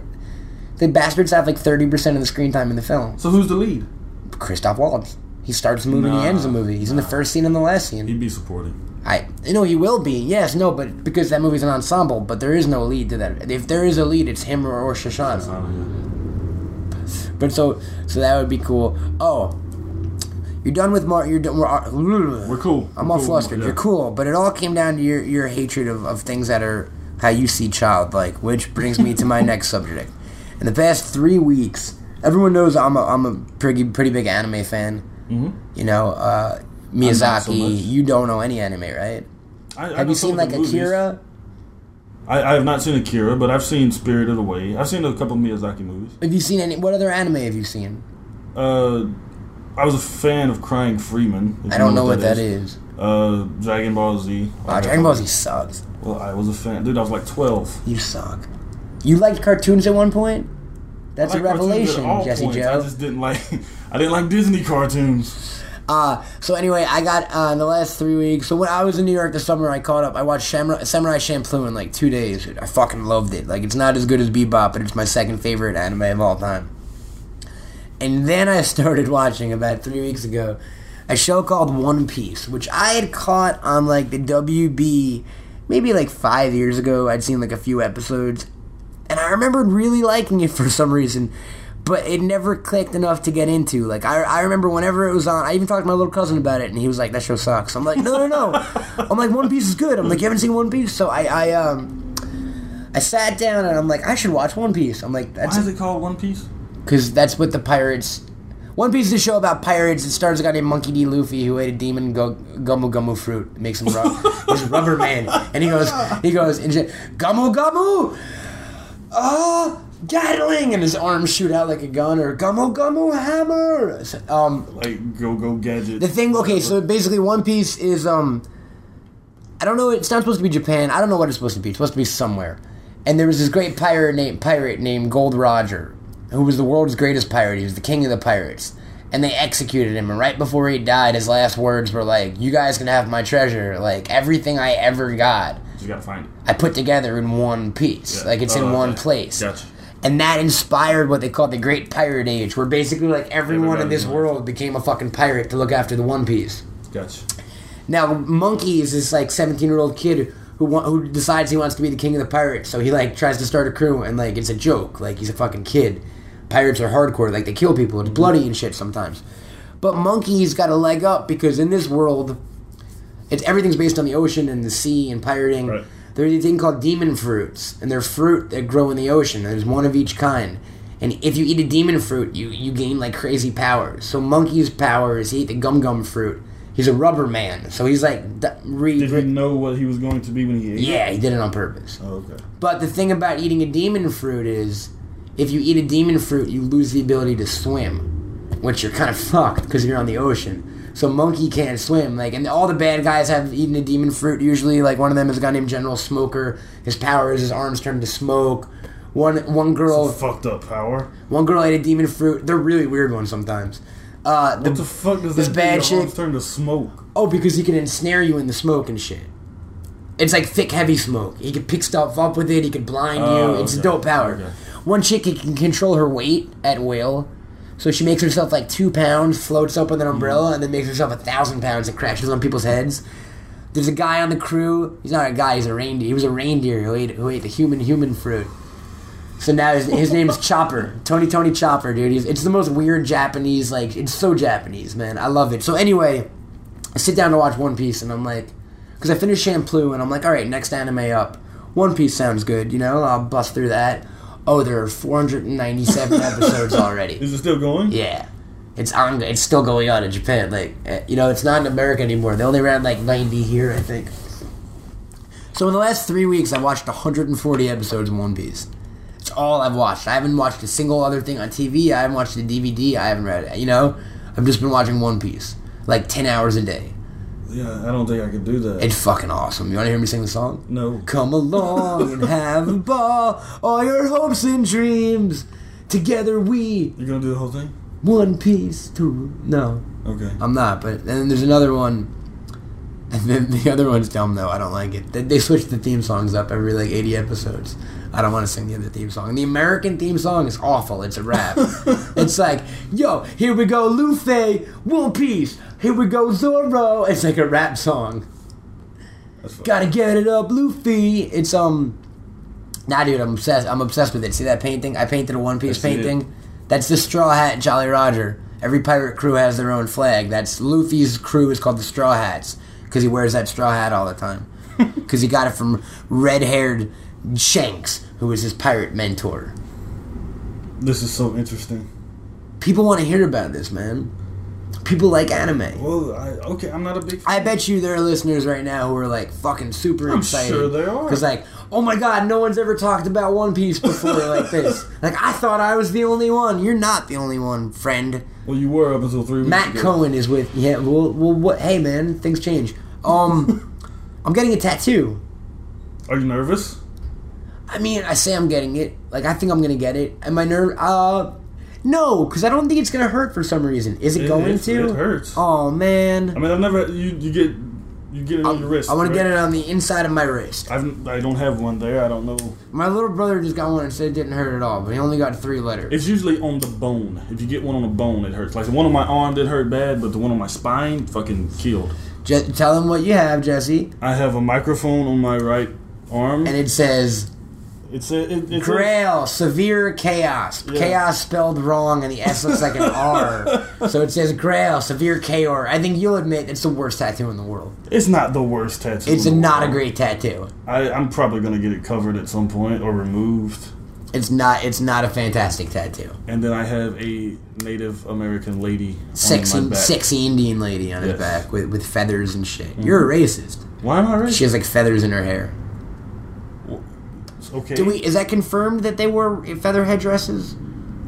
Speaker 3: The bastards have like 30% of the screen time in the film.
Speaker 1: So who's the lead?
Speaker 3: Christoph Waltz. He starts the movie and he ends the movie. He's in the first scene and the last scene.
Speaker 1: He'd be supporting.
Speaker 3: I you know he will be yes no but because that movie's an ensemble but there is no lead to that if there is a lead it's him or, or Shashan but so so that would be cool oh you're done with Mar you're done we're, uh,
Speaker 1: We're cool.
Speaker 3: I'm
Speaker 1: We're
Speaker 3: all
Speaker 1: cool.
Speaker 3: flustered
Speaker 1: Yeah.
Speaker 3: you're cool but it all came down to your your hatred of, of things that are how you see childlike which brings me to my next subject in the past three weeks everyone knows I'm a I'm a pretty pretty big anime fan mm-hmm. you know uh,
Speaker 1: not so
Speaker 3: Miyazaki
Speaker 1: much.
Speaker 3: you don't know any anime right.
Speaker 1: I, I
Speaker 3: Have
Speaker 1: know
Speaker 3: you
Speaker 1: some
Speaker 3: seen
Speaker 1: of
Speaker 3: like
Speaker 1: the movies.
Speaker 3: Akira?
Speaker 1: I, I have not seen Akira, but I've seen Spirited Away. I've seen a couple Miyazaki movies.
Speaker 3: Have you seen any? What other anime have you seen?
Speaker 1: Uh, I was a fan of Crying Freeman. if
Speaker 3: I
Speaker 1: you
Speaker 3: don't know what that is.
Speaker 1: Uh, Dragon Ball Z.
Speaker 3: Wow, Dragon Ball Z sucks.
Speaker 1: Well, I was a fan, dude. I was like twelve.
Speaker 3: You suck. You liked cartoons at one point. That's
Speaker 1: I
Speaker 3: a
Speaker 1: like cartoons at
Speaker 3: revelation,
Speaker 1: all
Speaker 3: Jesse
Speaker 1: points. I
Speaker 3: Joe.
Speaker 1: just didn't like. I didn't like Disney cartoons.
Speaker 3: Uh, so anyway, I got uh, in the last three weeks. So when I was in New York this summer, I caught up. I watched Samurai, Samurai Champloo in like two days. dude. I fucking loved it. Like it's not as good as Bebop, but it's my second favorite anime of all time. And then I started watching about three weeks ago a show called One Piece, which I had caught on like the WB maybe like five years ago. I'd seen like a few episodes, and I remembered really liking it for some reason, but it never clicked enough to get into. Like I, I remember whenever it was on, I even talked to my little cousin about it, and he was like, "That show sucks." I'm like, "No, no, no." I'm like, "One Piece is good." I'm like, "You haven't seen One Piece?" So I, I um. I sat down and I'm like, I should watch One Piece. I'm like, that's
Speaker 1: Why is it called One Piece?
Speaker 3: because that's what the pirates. One Piece is a show about pirates. It stars a guy named Monkey D. Luffy who ate a demon go- gumu gumu fruit. It makes him rub- he's rubber man, and he goes, he goes, and shit, gumu gumu, ah, Gatling, and his arms shoot out like a gun, or gumu gumu hammer. So, um,
Speaker 1: Like Go Go Gadget.
Speaker 3: the thing, okay, so basically, One Piece is um, I don't know. It's not supposed to be Japan. I don't know what it's supposed to be. It's supposed to be somewhere. And there was this great pirate named pirate named Gold Roger, who was the world's greatest pirate. He was the king of the pirates. And they executed him. And right before he died, his last words were like, "You guys can have my treasure. Like everything I ever got,
Speaker 1: you gotta find it.
Speaker 3: I put together in one piece.
Speaker 1: Yeah.
Speaker 3: Like it's
Speaker 1: Oh,
Speaker 3: in one
Speaker 1: okay.
Speaker 3: place."
Speaker 1: Gotcha.
Speaker 3: And that inspired what they called the Great Pirate Age, where basically like everyone in
Speaker 1: Everybody's
Speaker 3: this
Speaker 1: one.
Speaker 3: world became a fucking pirate to look after the One Piece.
Speaker 1: Gotcha.
Speaker 3: Now, Monkey is this like seventeen year old kid who wa- who decides he wants to be the king of the pirates. So he like tries to start a crew, and like it's a joke. Like he's a fucking kid. Pirates are hardcore. Like they kill people. It's bloody and shit sometimes. But Monkey's got a leg up because in this world, it's everything's based on the ocean and the sea and pirating.
Speaker 1: Right.
Speaker 3: There's a thing called demon fruits, and they're fruit that grow in the ocean. There's one of each kind. And if you eat a demon fruit, you, you gain like crazy powers. So Monkey's power is he ate the gum gum fruit. He's a rubber man, so he's like d- re-
Speaker 1: Did he know what he was going to be when he ate? it?
Speaker 3: yeah, he did it on purpose.
Speaker 1: Oh, okay.
Speaker 3: But the thing about eating a demon fruit is, if you eat a demon fruit, you lose the ability to swim, which you're kind of fucked because you're on the ocean. So monkey can't swim. Like, and all the bad guys have eaten a demon fruit. Usually, like one of them is a guy named General Smoker. His power is his arms turn to smoke. One one girl,
Speaker 1: Fucked up power.
Speaker 3: one girl ate a demon fruit. They're really weird ones sometimes. Uh, the,
Speaker 1: What the fuck does
Speaker 3: this
Speaker 1: that
Speaker 3: bad
Speaker 1: do? Your arms
Speaker 3: chick-
Speaker 1: turn to smoke.
Speaker 3: Oh, because he can ensnare you in the smoke and shit. It's like thick, heavy smoke. He can pick stuff up with it. He can blind
Speaker 1: Oh,
Speaker 3: you. It's
Speaker 1: okay,
Speaker 3: dope power.
Speaker 1: okay.
Speaker 3: One chick he can control her weight at will, so she makes herself like two pounds, floats up with an umbrella, and then makes herself a thousand pounds and crashes on people's heads. There's a guy on the crew. He's not a guy. He's a reindeer. He was a reindeer who ate who ate the human human fruit. So now his, his name is Chopper, Tony Tony Chopper, dude. He's, it's the most weird Japanese. Like it's so Japanese, man. I love it. So anyway, I sit down to watch One Piece, and I'm like, because I finished Shampoo, and I'm like, all right, next anime up. One Piece sounds good, you know. I'll bust through that. Oh, there are 497 episodes already.
Speaker 1: Is it still going?
Speaker 3: Yeah, it's on. It's still going on in Japan. Like eh, you know, it's not in America anymore. They only ran like 90 here, I think. So in the last three weeks, I watched 140 episodes of One Piece. It's all I've watched. I haven't watched a single other thing on TV. I haven't watched a DVD. I haven't read it. You know, I've just been watching One Piece like 10 hours a day.
Speaker 1: Yeah, I don't think I could do that.
Speaker 3: It's fucking awesome. You want to hear me sing the song?
Speaker 1: no.
Speaker 3: Come along and have a ball. All your hopes and dreams. Together we
Speaker 1: You're gonna do the whole thing?
Speaker 3: One Piece. Two. No,
Speaker 1: Okay.
Speaker 3: Uh, I'm not. But and then there's another one. And then the other one's dumb though. I don't like it. They, they switch the theme songs up every like 80 episodes. I don't want to sing the other theme song. And the American theme song is awful. It's a rap. it's like, yo, here we go, Luffy, One Piece. Here we go, Zoro. It's like a rap song. Gotta get it up, Luffy. It's um, nah, dude, I'm obsessed. I'm obsessed with it. See that painting? I painted a One Piece
Speaker 1: see it.
Speaker 3: painting. That's the Straw Hat Jolly Roger. Every pirate crew has their own flag. That's Luffy's crew is called the Straw Hats because he wears that straw hat all the time. Because he got it from red-haired Shanks, who was his pirate mentor.
Speaker 1: This is so interesting.
Speaker 3: People want to hear about this, man. People like anime.
Speaker 1: Well, I, okay, I'm not a big. fan.
Speaker 3: I bet you there are listeners right now who are like fucking super
Speaker 1: I'm
Speaker 3: excited.
Speaker 1: sure they are.
Speaker 3: Because like, oh my god, no one's ever talked about One Piece before like this. Like I thought I was the only one. You're not the only one, friend.
Speaker 1: Well, you were up until three weeks
Speaker 3: Matt
Speaker 1: ago.
Speaker 3: Cohen is with yeah. Well, well, what? Hey man, things change. Um, I'm getting a tattoo.
Speaker 1: Are you nervous?
Speaker 3: I mean, I say I'm getting it. Like I think I'm gonna get it. Am I nerve? Uh, no, because I don't think it's gonna hurt for some reason. Is it,
Speaker 1: It-
Speaker 3: going
Speaker 1: it-
Speaker 3: to?
Speaker 1: it hurts.
Speaker 3: Oh man.
Speaker 1: I mean, I've never. You you get you get it on your wrist.
Speaker 3: I want to
Speaker 1: right?
Speaker 3: get it on the inside of my wrist.
Speaker 1: I've, I don't have one there. I don't know.
Speaker 3: My little brother just got one and said it didn't hurt at all, but he only got three letters.
Speaker 1: It's usually on the bone. If you get one on the bone, it hurts. Like the one on my arm did hurt bad, but the one on my spine fucking killed.
Speaker 3: Je- tell him what you have, Jesse.
Speaker 1: I have a microphone on my right arm.
Speaker 3: And it says,
Speaker 1: It's a it, it's a,
Speaker 3: Grail, severe chaos.
Speaker 1: Yeah.
Speaker 3: Chaos spelled wrong, and the S looks like an R. So it says, Grail, severe KR. I think you'll admit it's the worst tattoo in the world.
Speaker 1: it's not the worst tattoo.
Speaker 3: It's
Speaker 1: in the
Speaker 3: not a
Speaker 1: world.
Speaker 3: great tattoo.
Speaker 1: I, I'm probably gonna get it covered at some point or removed.
Speaker 3: It's not. It's not a fantastic tattoo.
Speaker 1: And then I have a Native American lady on my
Speaker 3: Sexy,
Speaker 1: back.
Speaker 3: sexy Indian lady on his
Speaker 1: Yes. Mm-hmm.
Speaker 3: back with, with feathers and shit. You're a racist.
Speaker 1: Why am I racist?
Speaker 3: She has like feathers in her hair.
Speaker 1: okay.
Speaker 3: Do we? Is that confirmed that they wore feather headdresses?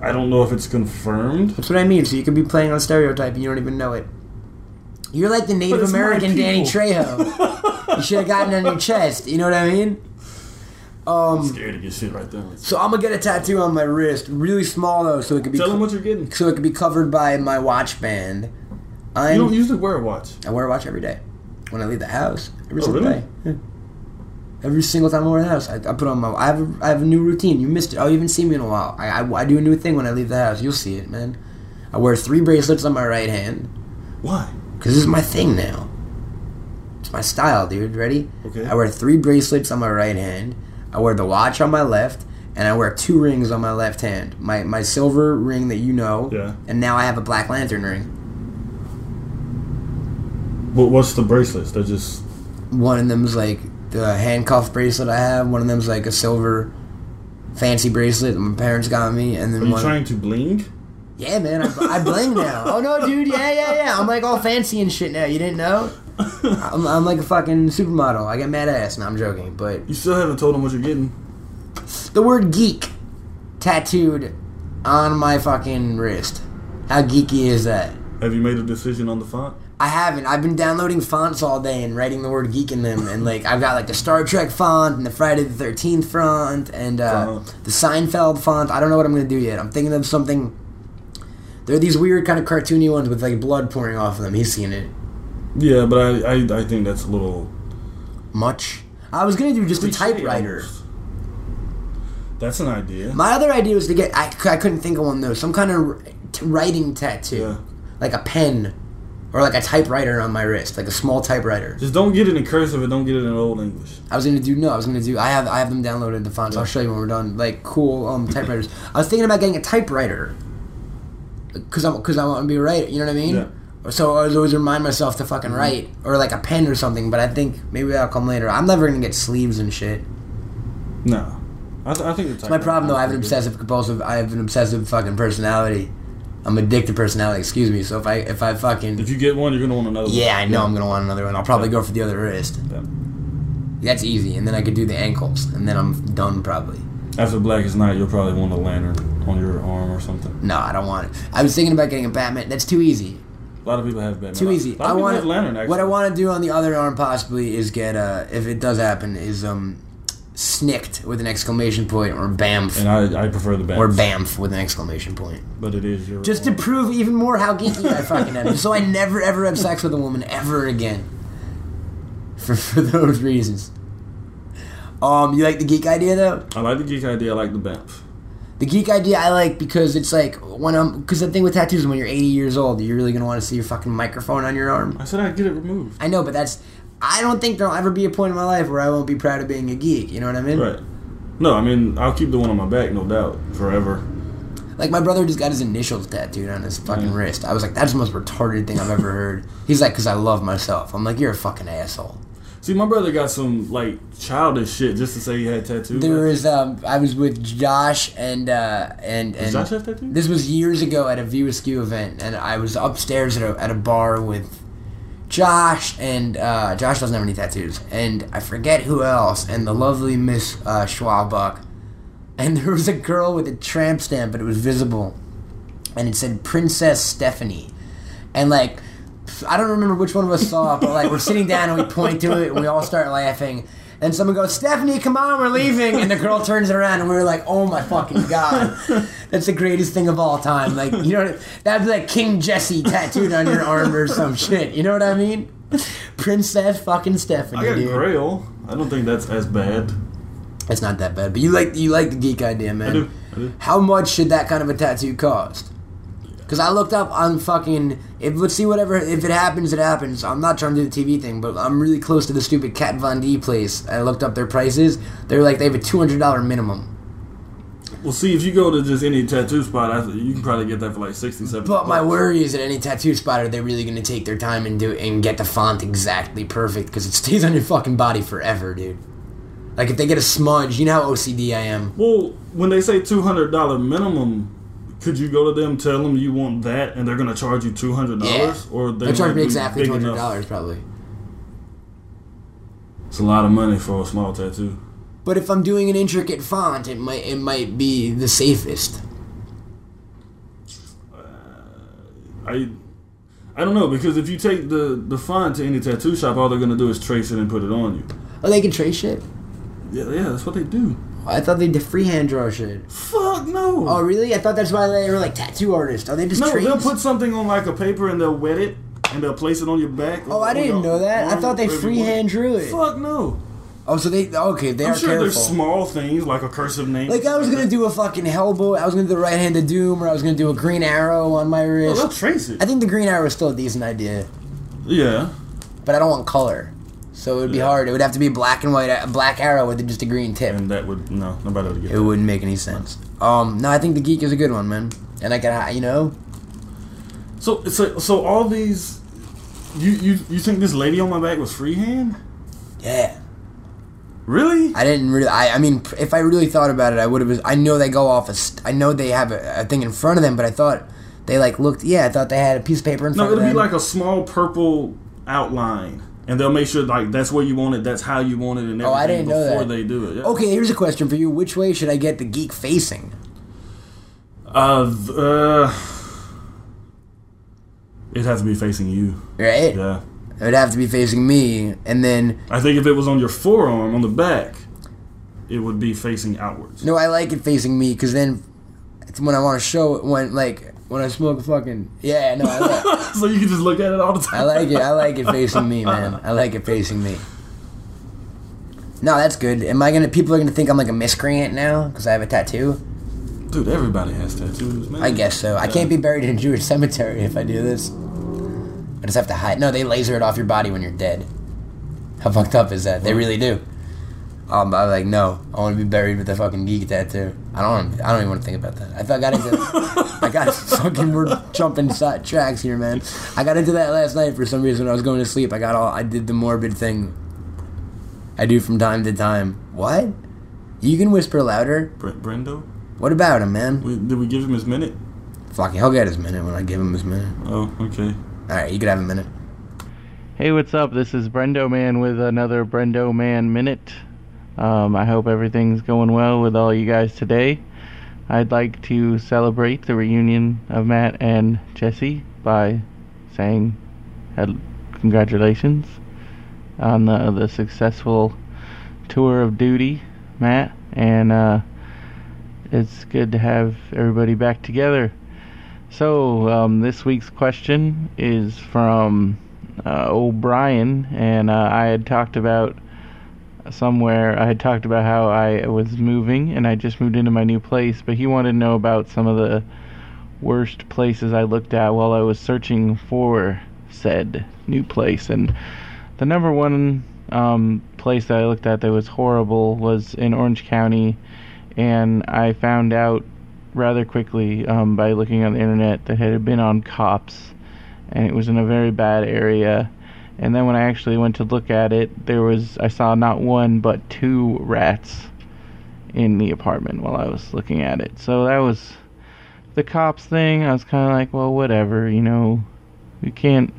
Speaker 1: I don't know if it's confirmed.
Speaker 3: That's what I mean. So you could be playing on stereotype and you don't even know it. You're like the Native
Speaker 1: it's my
Speaker 3: American Danny
Speaker 1: people.
Speaker 3: Trejo. you should have gotten it on your chest. You know what I mean?
Speaker 1: I'm scared to get shit right there.
Speaker 3: So I'm gonna get a tattoo on my wrist, really small though, so it could be
Speaker 1: Tell
Speaker 3: co-
Speaker 1: them what you're getting. You
Speaker 3: so it could be covered by my watch band. I'm,
Speaker 1: don't usually wear a watch.
Speaker 3: I wear a watch every day when I leave the house. Every
Speaker 1: Oh,
Speaker 3: single
Speaker 1: really?
Speaker 3: day. Yeah. Every single time I wear the house, I, I put on my. I have, a, I have a new routine. You missed it. Oh, you haven't seen me in a while. I, I, I do a new thing when I leave the house. You'll see it, man. I wear three bracelets on my right hand.
Speaker 1: Why?
Speaker 3: Because this is my thing now. It's my style, dude. Ready?
Speaker 1: Okay.
Speaker 3: I wear three bracelets on my right hand. I wear the watch on my left. And I wear two rings on my left hand. My my silver ring that you know.
Speaker 1: Yeah.
Speaker 3: And now I have a black lantern ring.
Speaker 1: But what's the bracelets? They're just
Speaker 3: One of them's like the handcuff bracelet I have. One of them's like a silver fancy bracelet that my parents got me. And then
Speaker 1: Are you
Speaker 3: one.
Speaker 1: trying to bling?
Speaker 3: yeah, man. I, I bling now. Oh, no, dude. Yeah, yeah, yeah. I'm like all fancy and shit now. You didn't know? I'm, I'm like a fucking supermodel. I got mad ass. No, I'm joking. But
Speaker 1: You still haven't told them what you're getting.
Speaker 3: the word geek tattooed on my fucking wrist. How geeky is that?
Speaker 1: Have you made a decision on the font?
Speaker 3: I haven't. I've been downloading fonts all day and writing the word geek in them. And, like, I've got, like, the Star Trek font and the Friday the 13th font and uh,
Speaker 1: Font.
Speaker 3: the Seinfeld font. I don't know what I'm going to do yet. I'm thinking of something. There are these weird, kind of cartoony ones with, like, blood pouring off of them. He's seen it.
Speaker 1: Yeah, but I I, I think that's a little
Speaker 3: Much. I was going to do just a
Speaker 1: cliche
Speaker 3: typewriter.
Speaker 1: almost. That's an idea.
Speaker 3: My other idea was to get. I, I couldn't think of one though. Some kind of t- writing tattoo,
Speaker 1: Yeah.
Speaker 3: like a pen, or like a typewriter on my wrist, like a small typewriter.
Speaker 1: Just don't get it in cursive and don't get it in old English.
Speaker 3: I was gonna do no. I was gonna do. I have I have them downloaded the fonts. I'll show you when we're done. Like cool um typewriters. I was thinking about getting a typewriter, cause I'm cause I want to be a writer. You know what I mean?
Speaker 1: Yeah.
Speaker 3: So I was always remind myself to fucking write or like a pen or something. But I think maybe that'll come later. I'm never gonna get sleeves and shit.
Speaker 1: No, I, th- I think the
Speaker 3: My problem though, I have an obsessive compulsive. I have an obsessive fucking personality. I'm addicted to personality. Excuse me. So if I if I fucking
Speaker 1: If you get one, you're gonna want another. one.
Speaker 3: yeah, I know I'm gonna want another one. I'll probably go for the other wrist.
Speaker 1: Yeah.
Speaker 3: That's easy, and then I could do the ankles, and then I'm done probably.
Speaker 1: After Black is Night, you'll probably want a lantern on your arm or something.
Speaker 3: No, I don't want it. I was thinking about getting a Batman. That's too easy.
Speaker 1: A lot of people have Batman.
Speaker 3: Too
Speaker 1: A
Speaker 3: easy.
Speaker 1: lot of
Speaker 3: I
Speaker 1: people
Speaker 3: want
Speaker 1: have lantern. Actually.
Speaker 3: what I want to do on the other arm possibly is get uh if it does happen is um snicked with an exclamation point or bamf
Speaker 1: And I, I prefer the Batman.
Speaker 3: or bamf with an exclamation point.
Speaker 1: But it is your
Speaker 3: Just to prove even more how geeky I fucking am. So I never ever have sex with a woman ever again. for, for those reasons. Um, you like the geek idea though?
Speaker 1: I like the geek idea. I like the BAMF.
Speaker 3: The geek idea I like because it's like when I'm because the thing with tattoos is when you're 80 years old, you're really gonna want to see your fucking microphone on your arm.
Speaker 1: I said I'd get it removed.
Speaker 3: I know, but that's I don't think there'll ever be a point in my life where I won't be proud of being a geek. You know what I mean?
Speaker 1: Right. No, I mean I'll keep the one on my back, no doubt, forever.
Speaker 3: Like my brother just got his initials tattooed on his fucking wrist. I was like, that's the most retarded thing I've ever heard. He's like, because I love myself. I'm like, you're a fucking asshole.
Speaker 1: See, my brother got some like childish shit just to say he had tattoos.
Speaker 3: There is um, I was with Josh and uh, and and
Speaker 1: Josh have tattoos?
Speaker 3: this was years ago at a View Askew event, and I was upstairs at a at a bar with Josh and uh, Josh doesn't have any tattoos, and I forget who else, and the lovely Miss uh, Schwabuck, and there was a girl with a tramp stamp, but it was visible, and it said Princess Stephanie, and like. I don't remember which one of us saw, it, but like we're sitting down and we point to it and we all start laughing. And someone goes, Stephanie, come on, we're leaving. And the girl turns around and we were like, oh my fucking God. That's the greatest thing of all time. Like, you know, that'd be like King Jesse tattooed on your arm or some shit. You know what I mean? Princess fucking Stephanie,
Speaker 1: I got
Speaker 3: dude.
Speaker 1: Grail. I don't think that's as bad.
Speaker 3: It's not that bad, but you like you like the geek idea, man.
Speaker 1: I do. I do.
Speaker 3: How much should that kind of a tattoo cost? Because I looked up on fucking. If let's see whatever. If it happens, it happens. I'm not trying to do the TV thing, but I'm really close to the stupid Kat Von D place. I looked up their prices. They're like they have a two hundred dollar minimum.
Speaker 1: Well, see, if you go to just any tattoo spot, I, th- you can probably get that for like 60, 70
Speaker 3: But my
Speaker 1: bucks.
Speaker 3: worry is at any tattoo spot, are they really going to take their time and do and get the font exactly perfect? Because it stays on your fucking body forever, dude. Like if they get a smudge, you know how OCD I am.
Speaker 1: Well, when they say two hundred dollar minimum, could you go to them, tell them you want that, and they're gonna charge you two hundred dollars, or
Speaker 3: they charge
Speaker 1: won't
Speaker 3: me
Speaker 1: be
Speaker 3: exactly
Speaker 1: big
Speaker 3: two hundred
Speaker 1: enough?
Speaker 3: dollars probably.
Speaker 1: It's a lot of money for a small tattoo.
Speaker 3: But if I'm doing an intricate font, it might it might be the safest.
Speaker 1: I, I don't know because if you take the the font to any tattoo shop, all they're gonna do is trace it and put it on you.
Speaker 3: Oh, they can trace shit.
Speaker 1: Yeah, yeah, that's what they do.
Speaker 3: I thought they did freehand draw shit.
Speaker 1: Fuck no.
Speaker 3: Oh, really? I thought that's why they were like tattoo artists. Are they just
Speaker 1: no,
Speaker 3: trees?
Speaker 1: they'll put something on like a paper and they'll wet it and they'll place it on your back.
Speaker 3: oh, I didn't know that. I thought they freehand drew it.
Speaker 1: Fuck no.
Speaker 3: Oh, so they okay? They
Speaker 1: I'm
Speaker 3: are
Speaker 1: sure
Speaker 3: careful.
Speaker 1: there's small things like a cursive name.
Speaker 3: Like I was gonna do a fucking Hellboy. I was gonna do the right hand of doom, or I was gonna do a green arrow on my
Speaker 1: Oh,
Speaker 3: wrist.
Speaker 1: they'll trace it.
Speaker 3: I think the green arrow is still a decent idea,
Speaker 1: Yeah.
Speaker 3: but I don't want color, so it would be hard. It would have to be black and white, a black arrow with just a green tip.
Speaker 1: And that would no, nobody would get
Speaker 3: It
Speaker 1: that.
Speaker 3: wouldn't make any sense. Um, no, I think the geek is a good one, man. And I can, you know,
Speaker 1: So so so all these you you you think this lady on my back was freehand?
Speaker 3: yeah.
Speaker 1: Really?
Speaker 3: I didn't really. I, I mean, pr- if I really thought about it, I would have. I know they go off. A st- I know they have a, a thing in front of them, but I thought they like looked. Yeah, I thought they had a piece of paper in
Speaker 1: No,
Speaker 3: front
Speaker 1: it'll
Speaker 3: of
Speaker 1: be
Speaker 3: them.
Speaker 1: like a small purple outline. And they'll make sure like that's where you want it, that's how you want it, and everything
Speaker 3: Oh, I didn't know
Speaker 1: before
Speaker 3: that.
Speaker 1: they do it. Yeah.
Speaker 3: okay, here's a question for you. Which way should I get the geek facing?
Speaker 1: Uh, th- uh, it has to be facing you.
Speaker 3: Right,
Speaker 1: Yeah.
Speaker 3: it would have to be facing me, and then
Speaker 1: I think if it was on your forearm, on the back, it would be facing outwards.
Speaker 3: no, I like it facing me because then it's when I want to show it. When like when I smoke a fucking yeah, no, I like,
Speaker 1: so you can just look at it all the time.
Speaker 3: I like it. I like it facing me, man. I like it facing me. No, that's good. Am I gonna? People are gonna think I'm like a miscreant now because I have a tattoo.
Speaker 1: Dude, everybody has tattoos, man.
Speaker 3: I guess so. I can't be buried in a Jewish cemetery if I do this. I just have to hide. No, they laser it off your body when you're dead. How fucked up is that? They really do. Um, I'm like, no, I want to be buried with a fucking geek tattoo. I don't. I don't even want to think about that. I thought I got into. I got fucking. We're jumping si- tracks here, man. I got into that last night for some reason. When I was going to sleep, I got all. I did the morbid thing. I do from time to time. What? You can whisper louder.
Speaker 1: Bre- Brendo?
Speaker 3: What about him, man?
Speaker 1: We, did we give him his minute?
Speaker 3: Fucking, he'll get his minute when I give him his minute.
Speaker 1: Oh, okay.
Speaker 3: All right, you could have a minute.
Speaker 2: Hey, what's up? This is Brendo Man with another Brendo Man Minute. Um, I hope everything's going well with all you guys today. I'd like to celebrate the reunion of Matt and Jesse by saying hel- congratulations on the, the successful tour of duty, Matt. And uh, it's good to have everybody back together. So, um, this week's question is from uh, O'Brien, and uh, I had talked about somewhere I had talked about how I was moving and I just moved into my new place, but he wanted to know about some of the worst places I looked at while I was searching for said new place. And the number one um, place that I looked at that was horrible was in Orange County, and I found out rather quickly um, by looking on the internet that it had been on cops, and it was in a very bad area. And then when I actually went to look at it, there was I saw not one but two rats in the apartment while I was looking at it. So that was the cops thing. I was kind of like, well, whatever, you know, we can't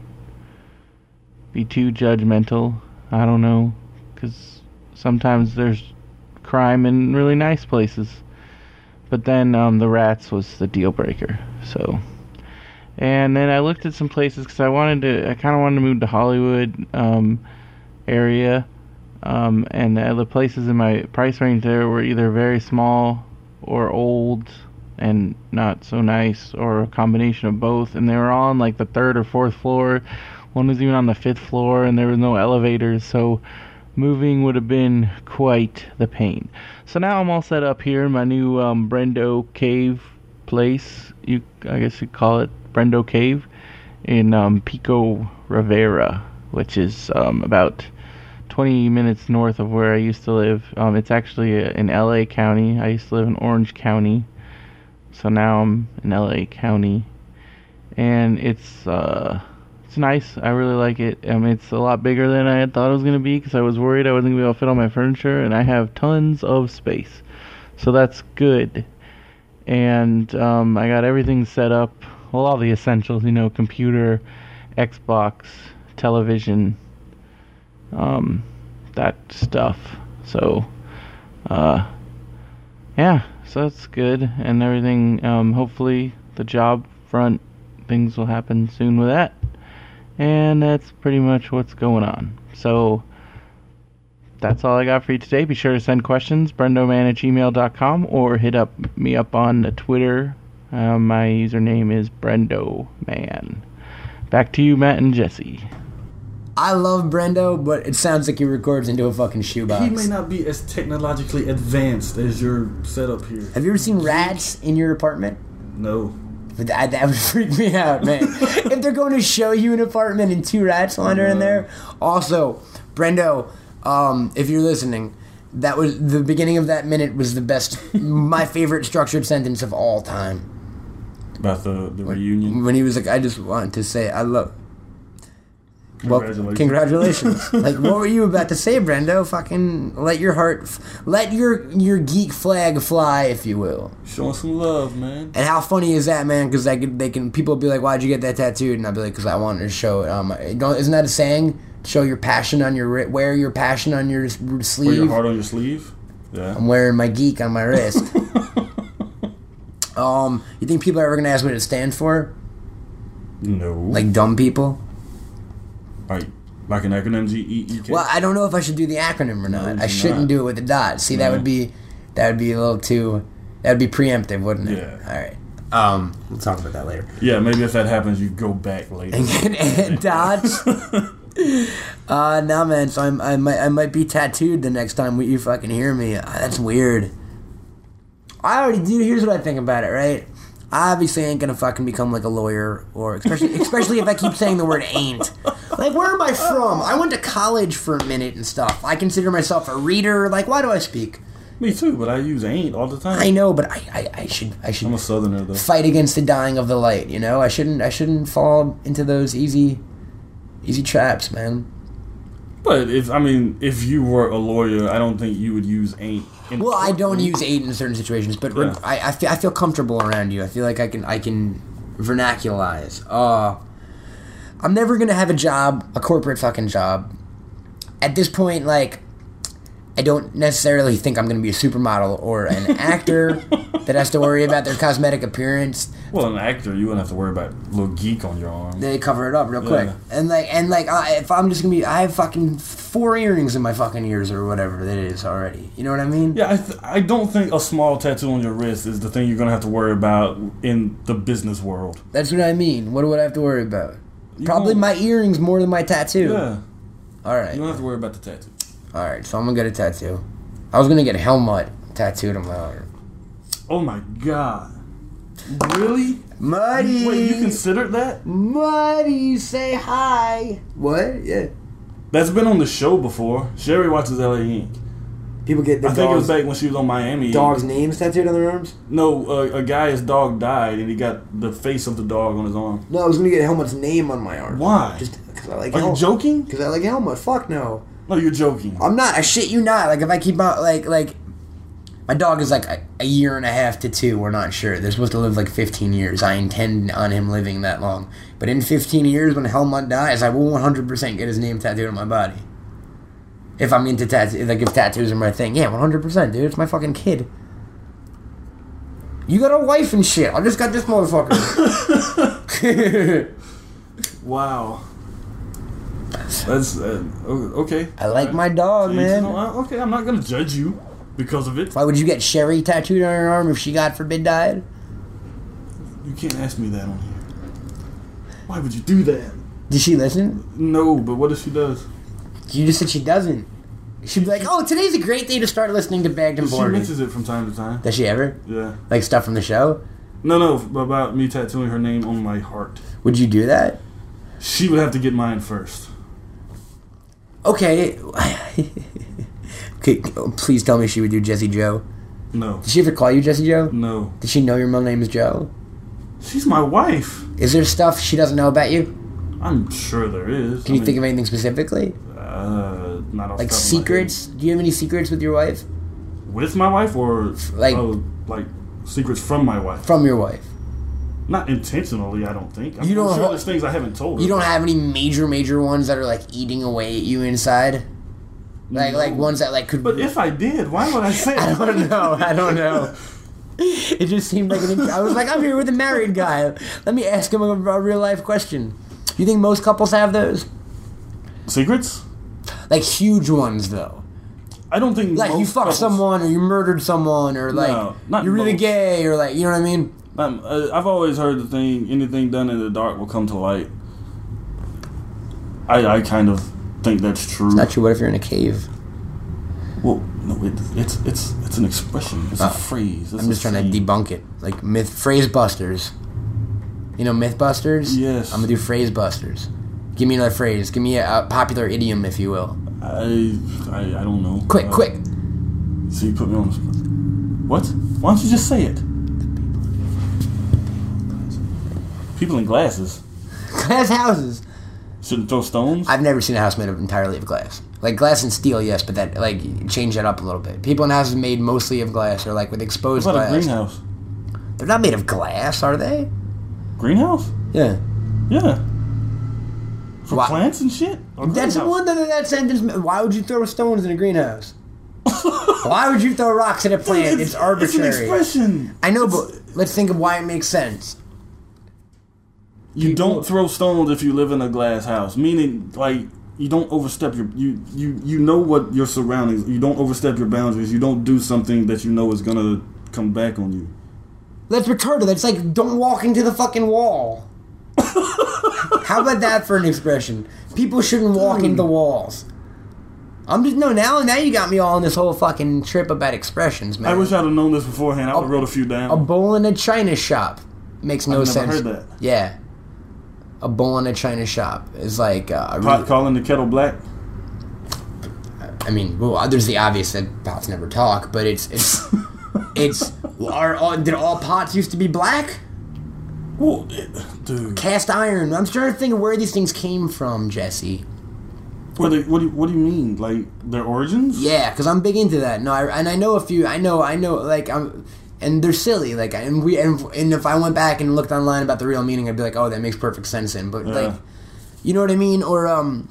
Speaker 2: be too judgmental. I don't know, because sometimes there's crime in really nice places. But then um, the rats was the deal breaker. So and then I looked at some places because I wanted to. I kind of wanted to move to Hollywood um, area, um, and uh, the places in my price range there were either very small or old and not so nice, or a combination of both. And they were all on like the third or fourth floor. One was even on the fifth floor, and there was no elevators, so moving would have been quite the pain. So now I'm all set up here in my new um, Brendo Cave place. You, I guess you call it Brendo Cave in um, Pico Rivera, which is um, about 20 minutes north of where I used to live. Um, it's actually in LA County. I used to live in Orange County, so now I'm in LA County, and it's uh, it's nice. I really like it. Um, it's a lot bigger than I had thought it was gonna be because I was worried I wasn't gonna be able to fit all my furniture, and I have tons of space, so that's good. And um, I got everything set up well, all the essentials, you know, computer, Xbox, television, um, that stuff. So, uh, yeah, so that's good and everything. Um, hopefully, the job front things will happen soon with that. And that's pretty much what's going on. So, that's all I got for you today. Be sure to send questions, brendoman at gmail.com, or hit up me up on Twitter uh, my username is Brendo Man. Back to you, Matt and Jesse.
Speaker 3: I love Brendo, but it sounds like he records into a fucking
Speaker 1: He may
Speaker 3: shoebox.
Speaker 1: not be as technologically advanced as your setup here.
Speaker 3: Have you ever seen rats in your apartment?
Speaker 1: No.
Speaker 3: But that, that would freak me out, man. if they're going to show you an apartment and two rats wander in there. Also, Brendo, um, if you're listening, that was the beginning of that minute was the best, my favorite structured sentence of all time.
Speaker 1: About the, the reunion.
Speaker 3: When he was like, mm. "I just want to say I love." Well,
Speaker 1: Congratulations.
Speaker 3: congratulations! like, what were you about to say, Brendo? Fucking let your heart, f- let your your geek flag fly, if you will.
Speaker 1: Showing some love, man.
Speaker 3: And how funny is that, man? Because they can, they can people be like, "Why'd you get that tattooed?" And I'll be like, "Cause I wanted to show it." Um, don't, isn't that a saying? Show your passion on your wri- wear your passion on your s-
Speaker 1: Put your
Speaker 3: sleeve.
Speaker 1: heart on your sleeve. Yeah.
Speaker 3: I'm wearing my geek on my wrist. um, you think people are ever gonna ask what it stands for?
Speaker 1: No. Like,
Speaker 3: Like dumb people?
Speaker 1: like, like an acronym G E E K.
Speaker 3: Well, I don't know if I should do the acronym or not. I
Speaker 1: do
Speaker 3: shouldn't
Speaker 1: not.
Speaker 3: do it with the dot. See, that would be that would be a little too that would be preemptive, wouldn't it?
Speaker 1: Yeah.
Speaker 3: All right. Um, we'll talk about that later.
Speaker 1: Yeah, maybe if that happens, you go back later.
Speaker 3: and dodge. uh, nah, man. So I'm, I might, I might be tattooed the next time you fucking hear me. Ah, that's weird. I already, dude. Here's what I think about it. Right? I obviously ain't gonna fucking become like a lawyer, or especially, especially if I keep saying the word ain't. Like, where am I from? I went to college for a minute and stuff. I consider myself a reader. Like, why do I speak?
Speaker 1: Me too, but I use ain't all the time.
Speaker 3: I know, but I, I, I should, I
Speaker 1: I'm
Speaker 3: should
Speaker 1: a southerner, though.
Speaker 3: fight against the dying of the light. You know, I shouldn't I shouldn't fall into those easy easy traps, man.
Speaker 1: But if I mean, if you were a lawyer, I don't think you would use ain't. in-
Speaker 3: Well, I don't use eight in certain situations, but reg-
Speaker 1: Yeah.
Speaker 3: I I feel, I feel comfortable around you. I feel like I can I can vernacularize. Uh, I'm never gonna have a job, a corporate fucking job. At this point, like. I don't necessarily think I'm going to be a supermodel or an actor that has to worry about their cosmetic appearance.
Speaker 1: Well, an actor, you wouldn't have to worry about little geek on your arm.
Speaker 3: they cover it up real quick.
Speaker 1: Yeah.
Speaker 3: And like, and like, I, if I'm just gonna be, I have fucking four earrings in my fucking ears or whatever that is already. You know what I mean?
Speaker 1: yeah, I, th- I don't think a small tattoo on your wrist is the thing you're gonna have to worry about in the business world.
Speaker 3: That's what I mean. What do I have to worry about?
Speaker 1: You
Speaker 3: Probably
Speaker 1: won't-
Speaker 3: my earrings more than my tattoo.
Speaker 1: Yeah.
Speaker 3: All
Speaker 1: You
Speaker 3: right.
Speaker 1: don't have to worry about the tattoo.
Speaker 3: All right. So I'm gonna get a tattoo. I was gonna get Helmut tattooed on my arm.
Speaker 1: Oh my god. Really?
Speaker 3: Muddy.
Speaker 1: Wait, you considered that?
Speaker 3: Muddy, say hi. What? Yeah.
Speaker 1: That's been on the show before. Sherry watches LA Inc.
Speaker 3: People get
Speaker 1: I
Speaker 3: their
Speaker 1: think it was
Speaker 3: dogs,
Speaker 1: back when she was on Miami.
Speaker 3: dogs' names tattooed on their arms.
Speaker 1: No, uh, a guy, his dog died, and he got the face of the dog on his arm.
Speaker 3: No, I was gonna get Helmut's name on my arm.
Speaker 1: Why?
Speaker 3: Just because I like.
Speaker 1: Are you
Speaker 3: Helmut.
Speaker 1: joking?
Speaker 3: Because I like Helmut. Fuck no.
Speaker 1: No, you're joking.
Speaker 3: I'm not. I shit you not. Like if I keep out, like like my dog is like a, a year and a half to two. We're not sure. They're supposed to live like 15 years. I intend on him living that long. But in 15 years, when Helmut dies, I will 100% get his name tattooed on my body. If I'm into tattoos, like if tattoos are my thing, yeah, 100%, dude. It's my fucking kid. You got a wife and shit. I just got this motherfucker.
Speaker 1: Wow. That's uh, o- okay.
Speaker 3: I like my dog,
Speaker 1: You
Speaker 3: man.
Speaker 1: know, I- okay, I'm not gonna judge you because of it.
Speaker 3: Why would you get Sherry tattooed on her arm if she, God forbid, died?
Speaker 1: You can't ask me that on here. Why would you do that?
Speaker 3: Did she listen?
Speaker 1: No, but what if she does?
Speaker 3: You just said she doesn't. She'd be like, "Oh, today's a great day to start listening to Bagged and
Speaker 1: She
Speaker 3: Boarded."
Speaker 1: mentions it from time to time.
Speaker 3: Does she ever
Speaker 1: Yeah.
Speaker 3: like stuff from the show?
Speaker 1: No, no, f- about me tattooing her name on my heart.
Speaker 3: Would you do that?
Speaker 1: She would have to get mine first.
Speaker 3: Okay. okay. Please tell me she would do Jesse Joe.
Speaker 1: No.
Speaker 3: Did she ever call you Jesse Joe?
Speaker 1: No.
Speaker 3: Did she know your middle name is Joe?
Speaker 1: She's my wife.
Speaker 3: Is there stuff she doesn't know about you?
Speaker 1: I'm sure there is.
Speaker 3: Can you think of anything specifically?
Speaker 1: of uh, not off the top of my
Speaker 3: Like
Speaker 1: head.
Speaker 3: secrets? Do you have any secrets with your wife?
Speaker 1: with my wife or
Speaker 3: Like-
Speaker 1: oh, like secrets from my wife?
Speaker 3: From your wife?
Speaker 1: Not intentionally, I don't think. I'm
Speaker 3: You don't
Speaker 1: sure
Speaker 3: ho-
Speaker 1: there's things I haven't told her.
Speaker 3: You don't have any major, major ones that are like eating away at you inside? Like, like ones that like could.
Speaker 1: But if I did, why would I say?
Speaker 3: I
Speaker 1: it?
Speaker 3: don't know. I don't know. It just seemed like an. int- I was like, I'm here with a married guy. Let me ask him a, a real life question. You think most couples have those?
Speaker 1: secrets?
Speaker 3: Like huge ones, though.
Speaker 1: I don't think
Speaker 3: Like you
Speaker 1: most
Speaker 3: fucked
Speaker 1: couples-
Speaker 3: someone, or you murdered someone, or like
Speaker 1: not
Speaker 3: you're really
Speaker 1: most.
Speaker 3: gay, or like you know what I mean.
Speaker 1: Um, uh, I've always heard the thing: anything done in the dark will come to light. I I kind of think that's true.
Speaker 3: Not true. What if you're in a cave?
Speaker 1: Well, no, it, it's it's it's an expression. It's
Speaker 3: Uh,
Speaker 1: a phrase. It's
Speaker 3: I'm
Speaker 1: a
Speaker 3: just trying to
Speaker 1: saying.
Speaker 3: debunk it. Like myth phrase busters. You know myth busters.
Speaker 1: Yes.
Speaker 3: I'm gonna do phrase busters. Give me another phrase. Give me a, a popular idiom, if you will.
Speaker 1: I, I I don't know.
Speaker 3: Quick,
Speaker 1: Uh,
Speaker 3: quick.
Speaker 1: So you put me on the spot. What? Why don't you just say it? People in glasses
Speaker 3: Glass houses.
Speaker 1: shouldn't throw stones.
Speaker 3: I've never seen a house made of entirely of glass. Like glass and steel, yes, but that like change that up a little bit. People in houses made mostly of glass or like with exposed
Speaker 1: what about a
Speaker 3: glass.
Speaker 1: greenhouse?
Speaker 3: They're not made of glass, are they?
Speaker 1: Greenhouse?
Speaker 3: Yeah.
Speaker 1: Yeah. For
Speaker 3: Why-
Speaker 1: plants and shit. Or
Speaker 3: That's the
Speaker 1: greenhouse?
Speaker 3: one that that sentence. Why would you throw stones in a greenhouse? why would you throw rocks at a
Speaker 1: Dude,
Speaker 3: plant? It's, arbitrary.
Speaker 1: It's an expression.
Speaker 3: I know, but let's think of why it makes sense.
Speaker 1: You don't throw stones if you live in a glass house. Meaning, like you don't overstep your you you you know what your surroundings. You don't overstep your boundaries. You don't do something that you know is gonna come back on you.
Speaker 3: That's retarded. That's like don't walk into the fucking wall. How about that for an expression? People shouldn't walk
Speaker 1: Hmm.
Speaker 3: into walls. I'm just no now. Now you got me all on this whole fucking trip about expressions, man.
Speaker 1: I wish I'd have known this beforehand. I would have wrote a few down.
Speaker 3: a bowl in a china shop makes no
Speaker 1: I've never
Speaker 3: sense.
Speaker 1: heard that.
Speaker 3: Yeah, a bowl in a china shop is like uh, a
Speaker 1: Pot
Speaker 3: really-
Speaker 1: calling the kettle black.
Speaker 3: I mean, well, uh, there's the obvious that pots never talk, but it's it's it's are all, did all pots used to be black?
Speaker 1: Well, it, dude,
Speaker 3: Cast iron. I'm trying to think of where these things came from, Jesse.
Speaker 1: what do, what, do, what do you mean? Like their origins?
Speaker 3: Yeah, because I'm big into that. No, I, and I know a few. I know, I know. Like I'm, and they're silly. Like and we and, and if I went back and looked online about the real meaning, I'd be like, oh, that makes perfect sense. In but like, you know what I mean? Or um,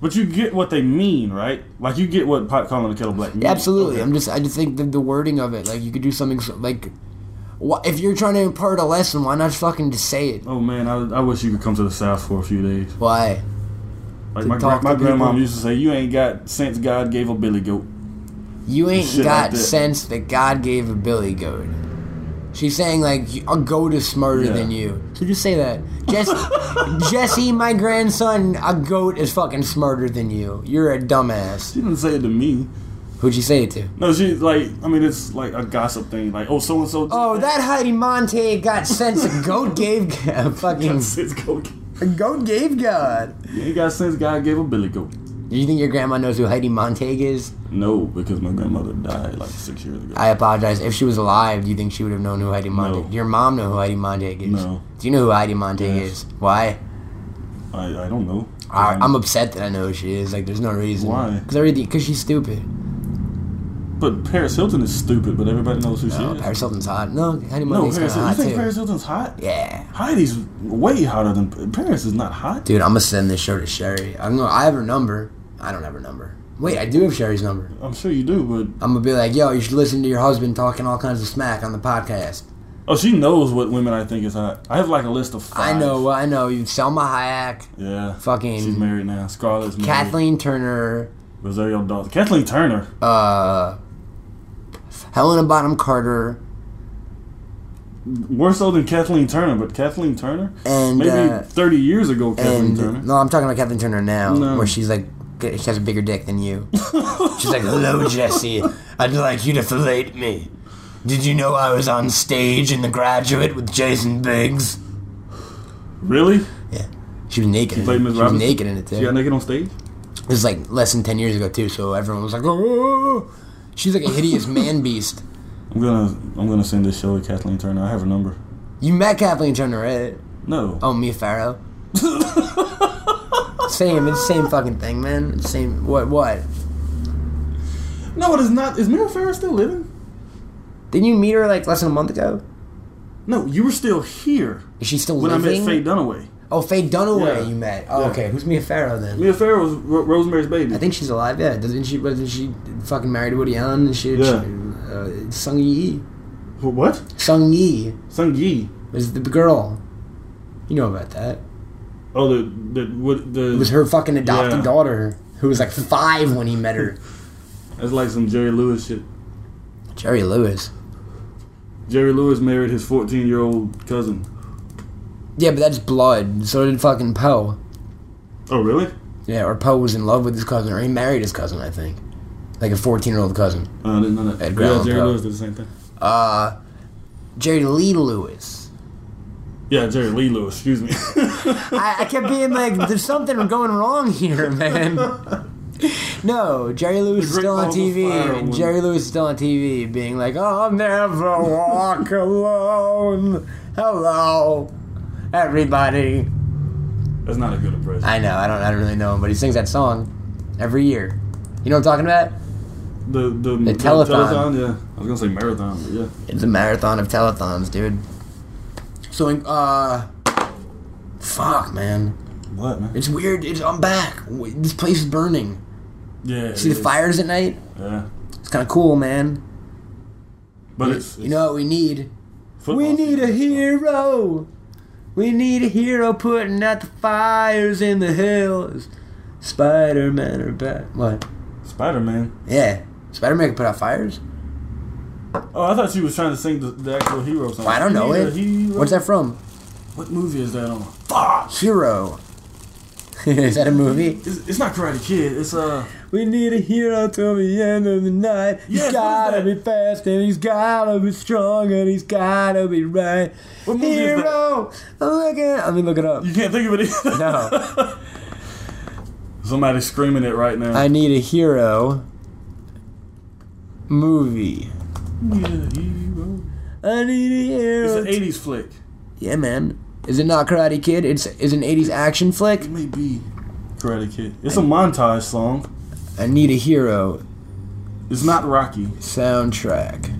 Speaker 1: But you get what they mean, right? Like you get what pot calling the kettle black. Means.
Speaker 3: absolutely.
Speaker 1: Okay.
Speaker 3: I'm just I just think the, the wording of it. Like you could do something so- like, wha- if you're trying to impart a lesson, why not fucking just say it?
Speaker 1: Oh man, I, I wish you could come to the south for a few days.
Speaker 3: Why?
Speaker 1: Like my gra-
Speaker 3: talk to
Speaker 1: my grandma
Speaker 3: people.
Speaker 1: used to say, "You ain't got since God gave a billy goat."
Speaker 3: You ain't
Speaker 1: Shit like
Speaker 3: got
Speaker 1: that.
Speaker 3: sense that God gave a billy goat. She's saying like a goat is smarter
Speaker 1: Yeah.
Speaker 3: than you. So just say that. Jesse, Jesse, my grandson, a goat is fucking smarter than you. You're a dumbass.
Speaker 1: She didn't say it to me.
Speaker 3: Who'd you say it to?
Speaker 1: No, she like. I mean, it's like a gossip thing. Like, oh, so and so.
Speaker 3: Oh, that Heidi Monte got sense. A goat gave a fucking
Speaker 1: Since God,
Speaker 3: a goat gave God.
Speaker 1: you ain't got since God gave a billy goat.
Speaker 3: Do you think your grandma knows who Heidi Montag is?
Speaker 1: No, because my grandmother died like six years ago.
Speaker 3: I apologize. If she was alive, do you think she would have known who Heidi Montag?
Speaker 1: No.
Speaker 3: Do your mom know who Heidi Montag is?
Speaker 1: No.
Speaker 3: Do you know who Heidi Montag
Speaker 1: Yes.
Speaker 3: is? Why?
Speaker 1: I, I don't know.
Speaker 3: I, I'm upset that I know who she is. Like, there's no reason.
Speaker 1: Mm-hmm. Why?
Speaker 3: Because everything. Because she's stupid.
Speaker 1: but Paris Hilton is stupid, but everybody knows who
Speaker 3: No,
Speaker 1: she is.
Speaker 3: Oh, Paris Hilton's hot. No, Heidi
Speaker 1: no,
Speaker 3: Montag's kind
Speaker 1: Paris.
Speaker 3: of
Speaker 1: You
Speaker 3: hot
Speaker 1: think
Speaker 3: too.
Speaker 1: Paris Hilton's hot?
Speaker 3: yeah.
Speaker 1: Heidi's way hotter than Paris. Is not hot.
Speaker 3: Dude, I'm gonna send this show to Sherry. I'm gonna. I have her number. I don't have her number. Wait, I do have Sherry's number.
Speaker 1: I'm sure you do, but
Speaker 3: I'm gonna be like, yo, you should listen to your husband talking all kinds of smack on the podcast.
Speaker 1: Oh, she knows what women I think is hot. I have like a list of five.
Speaker 3: I know, I know. You Selma
Speaker 1: Mm-hmm.
Speaker 3: Hayek,
Speaker 1: Yeah.
Speaker 3: Fucking-
Speaker 1: She's married now. Scarlett's married.
Speaker 3: Kathleen Turner,
Speaker 1: Rosario Dawson. Kathleen Turner.
Speaker 3: uh, Helena Bonham Carter,
Speaker 1: Worse so than Kathleen Turner, but Kathleen Turner.
Speaker 3: And,
Speaker 1: maybe
Speaker 3: uh,
Speaker 1: 30 years ago, Kathleen
Speaker 3: and
Speaker 1: Turner.
Speaker 3: no, I'm talking about Kathleen Turner now,
Speaker 1: No.
Speaker 3: where she's like, she has a bigger dick than you. she's like, hello, Jesse, I'd like you to fillet me. Did you know I was on stage in The Graduate with Jason Biggs?
Speaker 1: Really?
Speaker 3: Yeah, she was naked. She,
Speaker 1: Played Miss
Speaker 3: she was
Speaker 1: Robinson?
Speaker 3: naked in it too.
Speaker 1: She got naked on stage?
Speaker 3: It was like less than ten years ago too, so everyone was like, "Oh, she's like a hideous man beast."
Speaker 1: I'm gonna I'm gonna send this show to Kathleen Turner. I have her number.
Speaker 3: You met Kathleen Turner, right?
Speaker 1: No.
Speaker 3: Oh, Mia Farrow. same, it's the same fucking thing, man. It's the same. What? What?
Speaker 1: No, it is not. Is Mira Farrow still living?
Speaker 3: Didn't you meet her like less than a month ago?
Speaker 1: No, you were still here
Speaker 3: Is she still
Speaker 1: when I
Speaker 3: living?
Speaker 1: met Faye Dunaway.
Speaker 3: oh, Faye Dunaway.
Speaker 1: Yeah.
Speaker 3: You met. Oh,
Speaker 1: Yeah.
Speaker 3: okay. Who's Mia Farrow then?
Speaker 1: Mia Farrow was Ro- Rosemary's Baby.
Speaker 3: I think she's alive. Yeah. Doesn't she? Wasn't she fucking married to Woody Allen and shit?
Speaker 1: Yeah.
Speaker 3: She, uh, Sung Yi.
Speaker 1: Wh- What?
Speaker 3: Sung Yi
Speaker 1: Sung Yi.
Speaker 3: was the girl. You know about that?
Speaker 1: Oh, the the what the.
Speaker 3: It was her fucking adopted
Speaker 1: Yeah.
Speaker 3: daughter who was like five when he met her.
Speaker 1: That's like some Jerry Lewis shit.
Speaker 3: Jerry Lewis.
Speaker 1: Jerry Lewis married his 14 year old cousin.
Speaker 3: Yeah, but that's blood. So did fucking Poe.
Speaker 1: Oh, really?
Speaker 3: Yeah, or Poe was in love with his cousin, or he married his cousin, I think. Like a 14 year old cousin.
Speaker 1: Oh, I didn't know that.
Speaker 3: Ed
Speaker 1: yeah,
Speaker 3: Ground,
Speaker 1: Jerry
Speaker 3: yeah.
Speaker 1: Lewis did the same thing.
Speaker 3: Uh, Jerry Lee Lewis.
Speaker 1: Yeah, Jerry Lee Lewis, excuse me.
Speaker 3: I, I kept being like, there's something going wrong here, man. No, Jerry Lewis is
Speaker 1: Great
Speaker 3: still on
Speaker 1: Balls of
Speaker 3: TV.
Speaker 1: Fire
Speaker 3: and
Speaker 1: one.
Speaker 3: Jerry Lewis is still on TV being like, I'll never walk alone. Hello, everybody.
Speaker 1: That's not a good impression.
Speaker 3: I know. I don't. I don't really know him, but he sings that song every year. You know what I'm talking about?
Speaker 1: the, the,
Speaker 3: The telethon.
Speaker 1: yeah. I was going to say marathon, but yeah.
Speaker 3: It's a marathon of telethons, dude. So, uh, fuck, man.
Speaker 1: What, man?
Speaker 3: It's weird. It's I'm back. W- This place is burning.
Speaker 1: Yeah. it
Speaker 3: See the
Speaker 1: is.
Speaker 3: fires at night.
Speaker 1: Yeah.
Speaker 3: It's kind of cool, man.
Speaker 1: But it's.
Speaker 3: You know what we need?
Speaker 1: it's
Speaker 3: We
Speaker 1: football
Speaker 3: need a
Speaker 1: season.
Speaker 3: hero. We need a hero putting out the fires in the hills. Spider Man or Bat? What?
Speaker 1: Spider Man.
Speaker 3: Yeah, Spider Man can put out fires.
Speaker 1: Oh, I thought you was trying to sing the, the actual hero song.
Speaker 3: Well, I don't know
Speaker 1: We need
Speaker 3: it.
Speaker 1: a hero.
Speaker 3: What's that from?
Speaker 1: What movie is that on? Fuck!
Speaker 3: Hero. Is that a movie?
Speaker 1: It's, it's not Karate Kid. It's, uh.
Speaker 3: We need a hero till the end of the night.
Speaker 1: Yes,
Speaker 3: he's gotta
Speaker 1: what
Speaker 3: be
Speaker 1: is
Speaker 3: fast and he's gotta be strong and he's gotta be right.
Speaker 1: What movie is that?
Speaker 3: hero! I'm looking. Let me look it up.
Speaker 1: You can't think of it.
Speaker 3: No.
Speaker 1: Somebody's screaming it right now.
Speaker 3: I need a hero movie.
Speaker 1: need a hero.
Speaker 3: I need a
Speaker 1: It's
Speaker 3: hero.
Speaker 1: an 80s flick.
Speaker 3: yeah, man. Is it not Karate Kid? It's is an 80s action flick.
Speaker 1: It may be Karate Kid. It's a montage song.
Speaker 3: I need a hero
Speaker 1: It's not Rocky.
Speaker 3: soundtrack.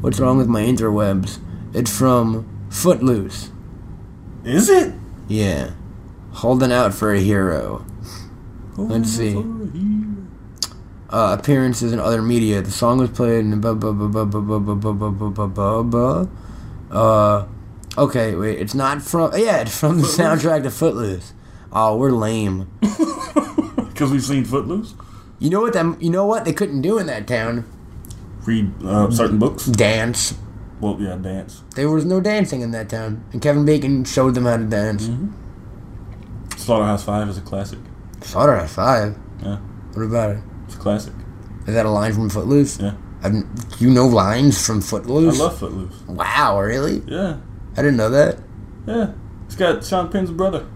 Speaker 3: What's wrong with my interwebs? It's from Footloose.
Speaker 1: Is it?
Speaker 3: Yeah. Holding out for a hero. Let's see. Uh, appearances in other media. The song was played in blah blah blah blah blah blah blah blah blah blah blah blah blah. Uh, okay, wait. It's not from. Yeah, it's from the soundtrack to Footloose. Oh, we're lame.
Speaker 1: Because we've seen Footloose.
Speaker 3: You know what? Them. You know what they couldn't do in that town?
Speaker 1: Read uh, certain books.
Speaker 3: Dance.
Speaker 1: Well, yeah, dance.
Speaker 3: There was no dancing in that town, and Kevin Bacon showed them how to dance.
Speaker 1: Slaughterhouse Five is a classic.
Speaker 3: Slaughterhouse Five.
Speaker 1: Yeah,
Speaker 3: What about it?
Speaker 1: it's a classic.
Speaker 3: Is that a line from Footloose?
Speaker 1: Yeah,
Speaker 3: I've, do you know lines from Footloose?
Speaker 1: I love Footloose.
Speaker 3: wow, really?
Speaker 1: Yeah,
Speaker 3: I didn't know that.
Speaker 1: yeah. It's got Sean Penn's brother.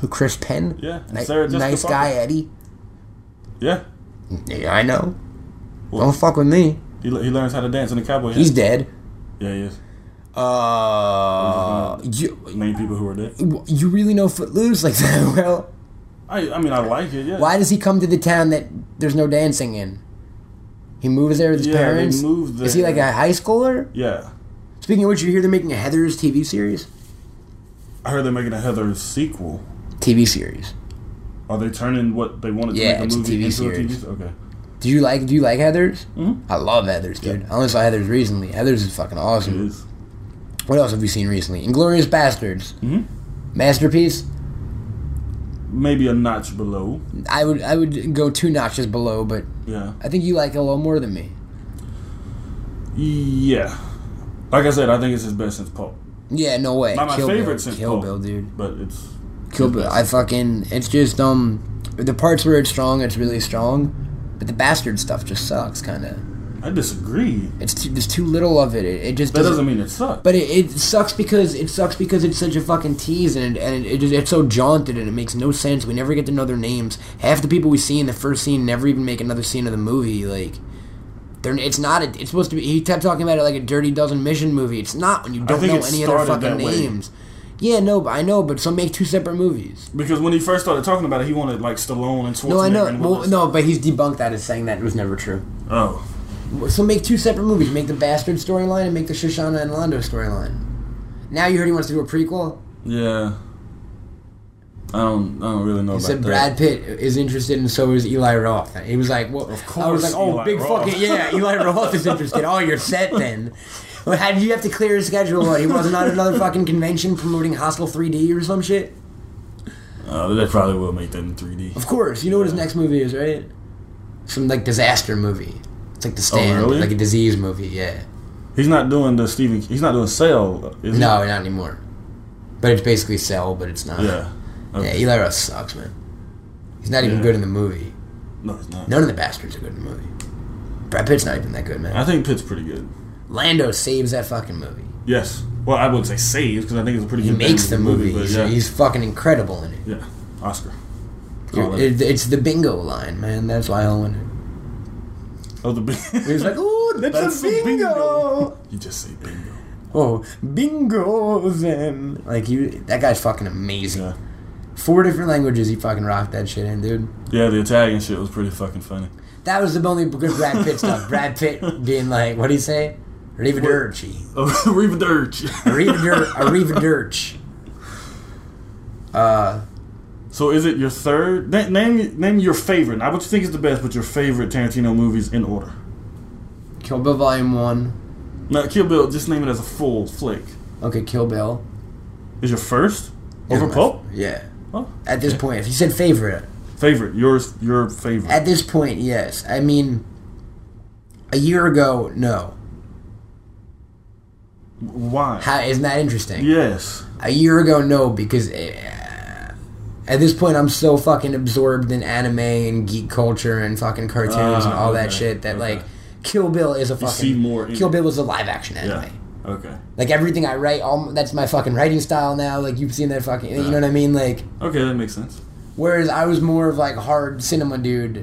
Speaker 3: Who, Chris Penn?
Speaker 1: Yeah, and
Speaker 3: Ni-
Speaker 1: Sarah Jessica
Speaker 3: nice
Speaker 1: Parker.
Speaker 3: guy, Eddie.
Speaker 1: Yeah,
Speaker 3: Yeah, I know.
Speaker 1: Well-
Speaker 3: Don't fuck with me.
Speaker 1: he, le- he learns how to dance in a cowboy hat.
Speaker 3: He's dead.
Speaker 1: yeah, he is.
Speaker 3: Uh,
Speaker 1: Mm-hmm.
Speaker 3: you,
Speaker 1: Name people who are dead.
Speaker 3: you really know Footloose like that? Well,
Speaker 1: I, I mean, I like it. Yeah.
Speaker 3: why does he come to the town that there's no dancing in? He moves there with his
Speaker 1: Yeah, they
Speaker 3: parents.
Speaker 1: moved
Speaker 3: Is he
Speaker 1: there.
Speaker 3: like a high schooler?
Speaker 1: Yeah.
Speaker 3: Speaking of which, you hear they're making a Heather's TV series.
Speaker 1: I heard they're making a Heather sequel.
Speaker 3: TV series.
Speaker 1: Are they turning what they wanted
Speaker 3: Yeah,
Speaker 1: to make
Speaker 3: it's
Speaker 1: a
Speaker 3: a
Speaker 1: movie
Speaker 3: TV
Speaker 1: into a
Speaker 3: series.
Speaker 1: TV? Okay.
Speaker 3: Do you like Do you like Heather's?
Speaker 1: Hmm?
Speaker 3: Mm-hmm. I love Heather's, dude. I only saw Heather's recently. Heather's is fucking
Speaker 1: It
Speaker 3: awesome.
Speaker 1: is.
Speaker 3: What else have you seen recently? Inglorious Bastards. Mm-hmm. Masterpiece.
Speaker 1: Maybe a notch below.
Speaker 3: I would I would go two notches below, but
Speaker 1: Yeah.
Speaker 3: I think you like it a little more than me.
Speaker 1: Yeah. Like I said, I think it's his best since Pulp.
Speaker 3: Yeah, no way.
Speaker 1: Not my
Speaker 3: Kill
Speaker 1: favorite Oh.
Speaker 3: Bill.
Speaker 1: since
Speaker 3: Kill
Speaker 1: Pulp.
Speaker 3: Bill, dude.
Speaker 1: But it's.
Speaker 3: Kill
Speaker 1: his
Speaker 3: Bill.
Speaker 1: best.
Speaker 3: I fucking. It's just um, the parts where it's strong, it's really strong, but the bastard stuff just sucks, kind of.
Speaker 1: I disagree.
Speaker 3: It's too, there's too little of it. It, it just
Speaker 1: That
Speaker 3: doesn't.
Speaker 1: doesn't mean it sucks.
Speaker 3: but it, it sucks because it sucks because it's such a fucking tease and and it, it, it's so jaunted and it makes no sense. We never get to know their names. Half the people we see in the first scene never even make another scene of the movie. Like, they're it's not. A, it's supposed to be. He kept talking about it like a Dirty Dozen mission movie. It's not when you don't
Speaker 1: think
Speaker 3: know
Speaker 1: it
Speaker 3: any other
Speaker 1: started
Speaker 3: fucking
Speaker 1: that way.
Speaker 3: names. Yeah, no, but I know, but so make two separate movies.
Speaker 1: because when he first started talking about it, he wanted like Stallone and Schwarzenegger.
Speaker 3: No, I know.
Speaker 1: And
Speaker 3: Well,
Speaker 1: Willis.
Speaker 3: no, but he's debunked that as saying that was never true.
Speaker 1: Oh.
Speaker 3: So make two separate movies. Make the Bastard storyline and make the Shoshana and Londo storyline. Now you heard he wants to do a prequel.
Speaker 1: Yeah. I don't. I don't really know
Speaker 3: He
Speaker 1: about
Speaker 3: said
Speaker 1: that.
Speaker 3: Brad Pitt is interested and so is Eli Roth. He was like, well, of I was
Speaker 1: course
Speaker 3: like, oh,
Speaker 1: Eli
Speaker 3: big
Speaker 1: Roth."
Speaker 3: fucking yeah, Eli Roth is interested. Oh, you're set then. Well, how did you have to clear his schedule? What, he wasn't at another fucking convention promoting Hostel 3D or some shit?
Speaker 1: Uh, they probably will make that in 3D.
Speaker 3: Of course, you know what his next movie is, right? Some like disaster movie. It's like The Stand,
Speaker 1: Oh, really?
Speaker 3: like a disease movie. Yeah.
Speaker 1: He's not doing the Stephen. He's not doing Sale. Is he?
Speaker 3: No, not anymore. But it's basically Cell, but it's not.
Speaker 1: Yeah.
Speaker 3: Yeah,
Speaker 1: Okay.
Speaker 3: Eli Roth sucks, man. He's not even
Speaker 1: Yeah.
Speaker 3: good in the movie.
Speaker 1: No, it's not.
Speaker 3: None of the bastards are good in the movie. Brad Pitt's not even that good, man.
Speaker 1: I think Pitt's pretty good.
Speaker 3: Lando saves that fucking movie.
Speaker 1: Yes. Well, I wouldn't say saves because I think it's a pretty
Speaker 3: He
Speaker 1: good.
Speaker 3: makes the movie. he's,
Speaker 1: but yeah.
Speaker 3: he's fucking incredible in it.
Speaker 1: yeah. Oscar.
Speaker 3: Dude,
Speaker 1: that.
Speaker 3: it- It's the bingo line, man. That's why I win it.
Speaker 1: Oh, the big.
Speaker 3: He was like, "Ooh, that's,
Speaker 1: That's
Speaker 3: a
Speaker 1: a
Speaker 3: bingo.
Speaker 1: bingo." you just say bingo.
Speaker 3: Oh, bingo then. Like you, that guy's fucking amazing.
Speaker 1: Yeah.
Speaker 3: Four different languages, he fucking rocked that shit in, dude.
Speaker 1: Yeah, the Italian shit was pretty fucking funny.
Speaker 3: That was the only good Brad Pitt stuff. Brad Pitt being like, what do you say? Arrivederci.
Speaker 1: Oh, Arrivederci.
Speaker 3: Arriveder- Arrivederci.
Speaker 1: So is it your third? Na- name name your favorite. Not what you think is the best, but your favorite Tarantino movies in order.
Speaker 3: Kill Bill Volume 1.
Speaker 1: Now, Kill Bill. Just name it as a full flick.
Speaker 3: Okay, Kill Bill.
Speaker 1: Is your first over
Speaker 3: Yeah,
Speaker 1: Pulp?
Speaker 3: Yeah.
Speaker 1: Oh,
Speaker 3: At this point, if you said favorite,
Speaker 1: favorite. Yours. Your favorite.
Speaker 3: at this point, yes. I mean, a year ago, no.
Speaker 1: Why?
Speaker 3: How, isn't that interesting?
Speaker 1: yes.
Speaker 3: A year ago, no, because eh, at this point, I'm so fucking absorbed in anime and geek culture and fucking cartoons and all that
Speaker 1: Ah, okay,
Speaker 3: shit that,
Speaker 1: okay.
Speaker 3: like, Kill Bill is a fucking.
Speaker 1: see more in
Speaker 3: Kill
Speaker 1: it.
Speaker 3: Bill is a live action anime.
Speaker 1: Yeah. Okay.
Speaker 3: Like everything I write, all that's my fucking writing style now. Like you've seen that fucking, you know what I mean? Like
Speaker 1: Okay, that makes sense.
Speaker 3: whereas I was more of like hard cinema dude uh,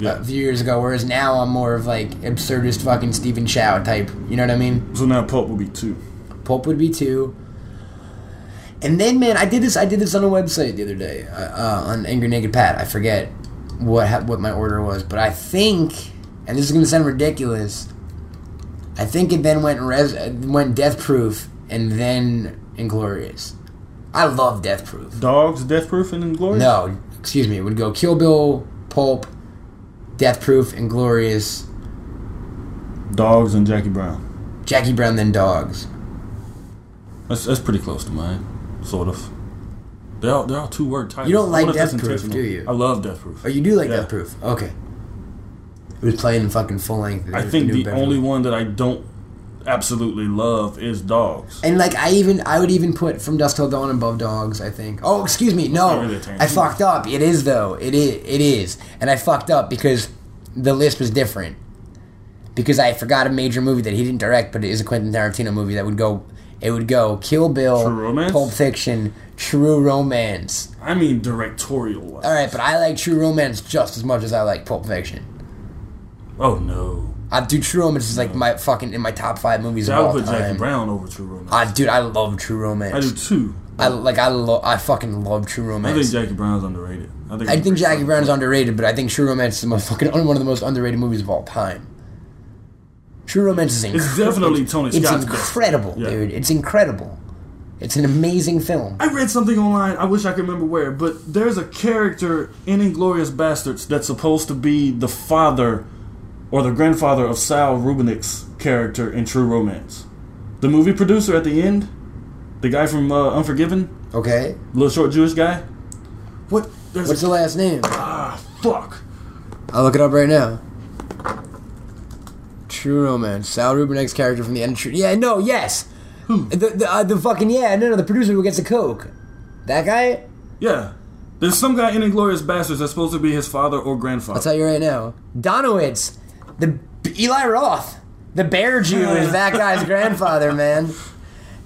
Speaker 1: Yeah.
Speaker 3: a few years ago, whereas now I'm more of like absurdist fucking Stephen Chow type. You know what I mean?
Speaker 1: So now Pulp will be two.
Speaker 3: Pulp would be two. And then man, I did this. I did this on a website the other day uh, uh, on Angry Naked Pat. I forget what ha- what my order was, but I think, and this is gonna sound ridiculous. I think it then went res uh, went Death Proof and then Inglorious. I love Death Proof.
Speaker 1: Dogs, Death Proof, and Inglorious.
Speaker 3: No, excuse me. It would go Kill Bill, Pulp, Death Proof, Inglorious,
Speaker 1: Dogs and Jackie Brown.
Speaker 3: Jackie Brown, then Dogs.
Speaker 1: That's that's pretty close to mine, sort of. They're all, they're all two word titles.
Speaker 3: You don't
Speaker 1: I
Speaker 3: like
Speaker 1: wonder if that's
Speaker 3: Death Proof,
Speaker 1: intentional.
Speaker 3: do you?
Speaker 1: I love Death Proof.
Speaker 3: Oh, you do like
Speaker 1: Yeah.
Speaker 3: Death Proof. Okay. It was playing fucking full length.
Speaker 1: I think the only one that I don't absolutely love is dogs.
Speaker 3: And like I even I would even put From Dusk Till Dawn above Dogs. I think. Oh, excuse me. No,
Speaker 1: Not really a Tarantino.
Speaker 3: I fucked up. It is though. It is. It is. And I fucked up because the list was different. Because I forgot a major movie that he didn't direct, but it is a Quentin Tarantino movie that would go. It would go Kill Bill,
Speaker 1: True Romance?
Speaker 3: Pulp Fiction, True Romance.
Speaker 1: I mean, directorial wise.
Speaker 3: All right, but I like True Romance just as much as I like Pulp Fiction.
Speaker 1: Oh no,
Speaker 3: I do True Romance is like my fucking in my top five movies
Speaker 1: See, I
Speaker 3: of
Speaker 1: would
Speaker 3: all
Speaker 1: put Jackie
Speaker 3: time.
Speaker 1: Brown over True Romance. I,
Speaker 3: I dude, I love True Romance.
Speaker 1: do too.
Speaker 3: I like I love I fucking love True
Speaker 1: I think
Speaker 3: Romance.
Speaker 1: Jackie Brown's underrated. I think,
Speaker 3: I think Jackie Brown is underrated, but I think True Romance is the most fucking one of the most underrated movies of all time. True Romance is incredible.
Speaker 1: It's definitely Tony
Speaker 3: It's
Speaker 1: Scott's best.
Speaker 3: incredible,
Speaker 1: Yeah.
Speaker 3: dude. It's incredible. It's an amazing film.
Speaker 1: I read something online. I wish I could remember where, but there's a character in Inglorious Bastards that's supposed to be the father or the grandfather of Sal Rubinick's character in True Romance. The movie producer at the end, the guy from uh, Unforgiven,
Speaker 3: Okay,
Speaker 1: little short Jewish guy. What? There's
Speaker 3: what's
Speaker 1: a
Speaker 3: the last name?
Speaker 1: fuck.
Speaker 3: I'll look it up right now. True Romance. Sal Rubinek's character from the end. Of True. Yeah, no, yes. The the, uh, the fucking yeah, no, no, the producer who gets the coke. That guy.
Speaker 1: Yeah. There's some guy in Inglorious Bastards that's supposed to be his father or grandfather.
Speaker 3: I'll tell you right now. Donowitz, the Eli Roth, the bear Jew is that guy's grandfather, man.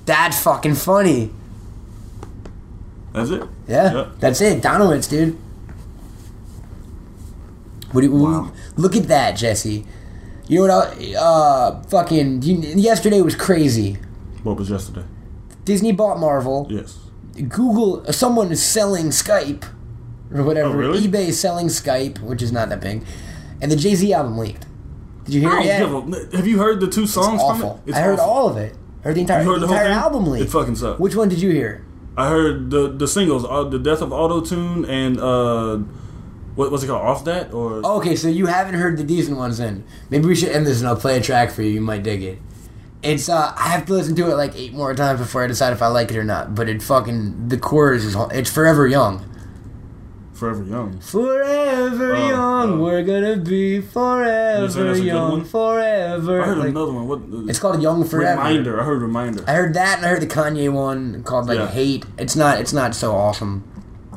Speaker 3: That's fucking funny.
Speaker 1: that's it.
Speaker 3: Yeah,
Speaker 1: Yep.
Speaker 3: that's it. Donowitz, dude. What do you, Look at that, Jesse. You know what? I, uh, fucking. You, yesterday was crazy.
Speaker 1: What was yesterday?
Speaker 3: Disney bought Marvel.
Speaker 1: Yes.
Speaker 3: Oh, Google, someone is selling Skype or whatever.
Speaker 1: Oh, really?
Speaker 3: eBay is selling Skype, which is not that big. And the Jay Z album leaked. Did you hear
Speaker 1: I
Speaker 3: it
Speaker 1: don't
Speaker 3: yet?
Speaker 1: give a- have you heard the two songs from
Speaker 3: awful.
Speaker 1: it? It's
Speaker 3: I heard
Speaker 1: awful.
Speaker 3: all of it. I heard the entire,
Speaker 1: You heard
Speaker 3: the
Speaker 1: the whole
Speaker 3: entire
Speaker 1: thing?
Speaker 3: album leak.
Speaker 1: It fucking sucked.
Speaker 3: Which one did you hear?
Speaker 1: I heard the the singles, uh, the death of autotune and uh, what was it called? Off that or
Speaker 3: Okay, so you haven't heard the decent ones then. Maybe we should end this and I'll play a track for you. You might dig it. It's uh, I have to listen to it like eight more times before I decide if I like it or not. But it fucking the chorus is it's forever young.
Speaker 1: Forever Young?
Speaker 3: Forever
Speaker 1: Oh,
Speaker 3: young,
Speaker 1: oh.
Speaker 3: we're gonna be
Speaker 1: that's a
Speaker 3: forever
Speaker 1: good
Speaker 3: young,
Speaker 1: one?
Speaker 3: forever.
Speaker 1: I heard
Speaker 3: Like,
Speaker 1: another one. What? uh,
Speaker 3: it's called Young Forever.
Speaker 1: Reminder. I heard Reminder.
Speaker 3: I heard that, and I heard the Kanye one called like
Speaker 1: Yeah.
Speaker 3: Hate. It's not, it's not so awesome.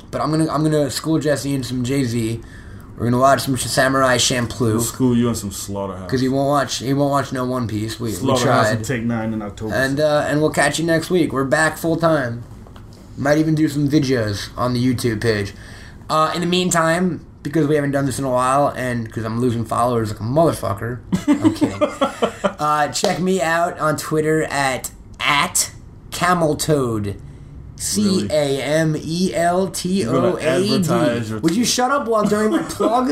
Speaker 3: But I'm gonna, I'm gonna school Jesse and some Jay Z. We're gonna watch some Samurai Champloo
Speaker 1: School you and some Slaughterhouse.
Speaker 3: because he won't watch, he won't watch no One Piece. We, we
Speaker 1: Slaughterhouse and
Speaker 3: tried,
Speaker 1: Take Nine in October.
Speaker 3: and uh, and we'll catch you next week. We're back full time. Might even do some videos on the YouTube page. Uh, in the meantime, because we haven't done this in a while, and because I'm losing followers like a motherfucker, I'm kidding. Uh, check me out on Twitter at at Cameltoad. C A M E L T O
Speaker 1: You're
Speaker 3: A
Speaker 1: gonna advertise
Speaker 3: D.
Speaker 1: your-
Speaker 3: Would you shut up while during my plug?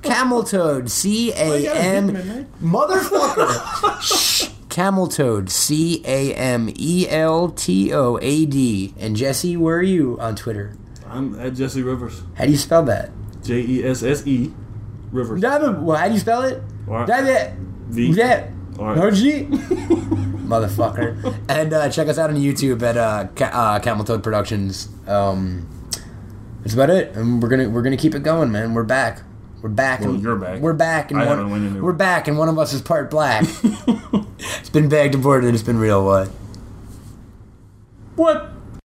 Speaker 3: Cameltoad. C A
Speaker 1: Oh, gotta hit me,
Speaker 3: M.
Speaker 1: man.
Speaker 3: Motherfucker. Shh. Cameltoad. C A M E L T O A D. And Jesse, where are you on Twitter?
Speaker 1: I'm at Jesse Rivers.
Speaker 3: How do you spell that?
Speaker 1: J E S S E Rivers.
Speaker 3: Well, how do you spell it?
Speaker 1: Or-
Speaker 3: Dabbit.
Speaker 1: V.
Speaker 3: Yeah.
Speaker 1: Or-
Speaker 3: RG. Motherfucker. And uh, check us out on YouTube at uh, Ca- uh, Camel Toad Productions. Um, that's about it. And we're gonna we're gonna keep it going, man. We're back. We're back.
Speaker 1: Well,
Speaker 3: and
Speaker 1: you're back.
Speaker 3: We're back. And
Speaker 1: I haven't went
Speaker 3: one,
Speaker 1: anywhere.
Speaker 3: we're back, and one of us is part black. it's been bagged and boarded. It's been real. What?
Speaker 1: What?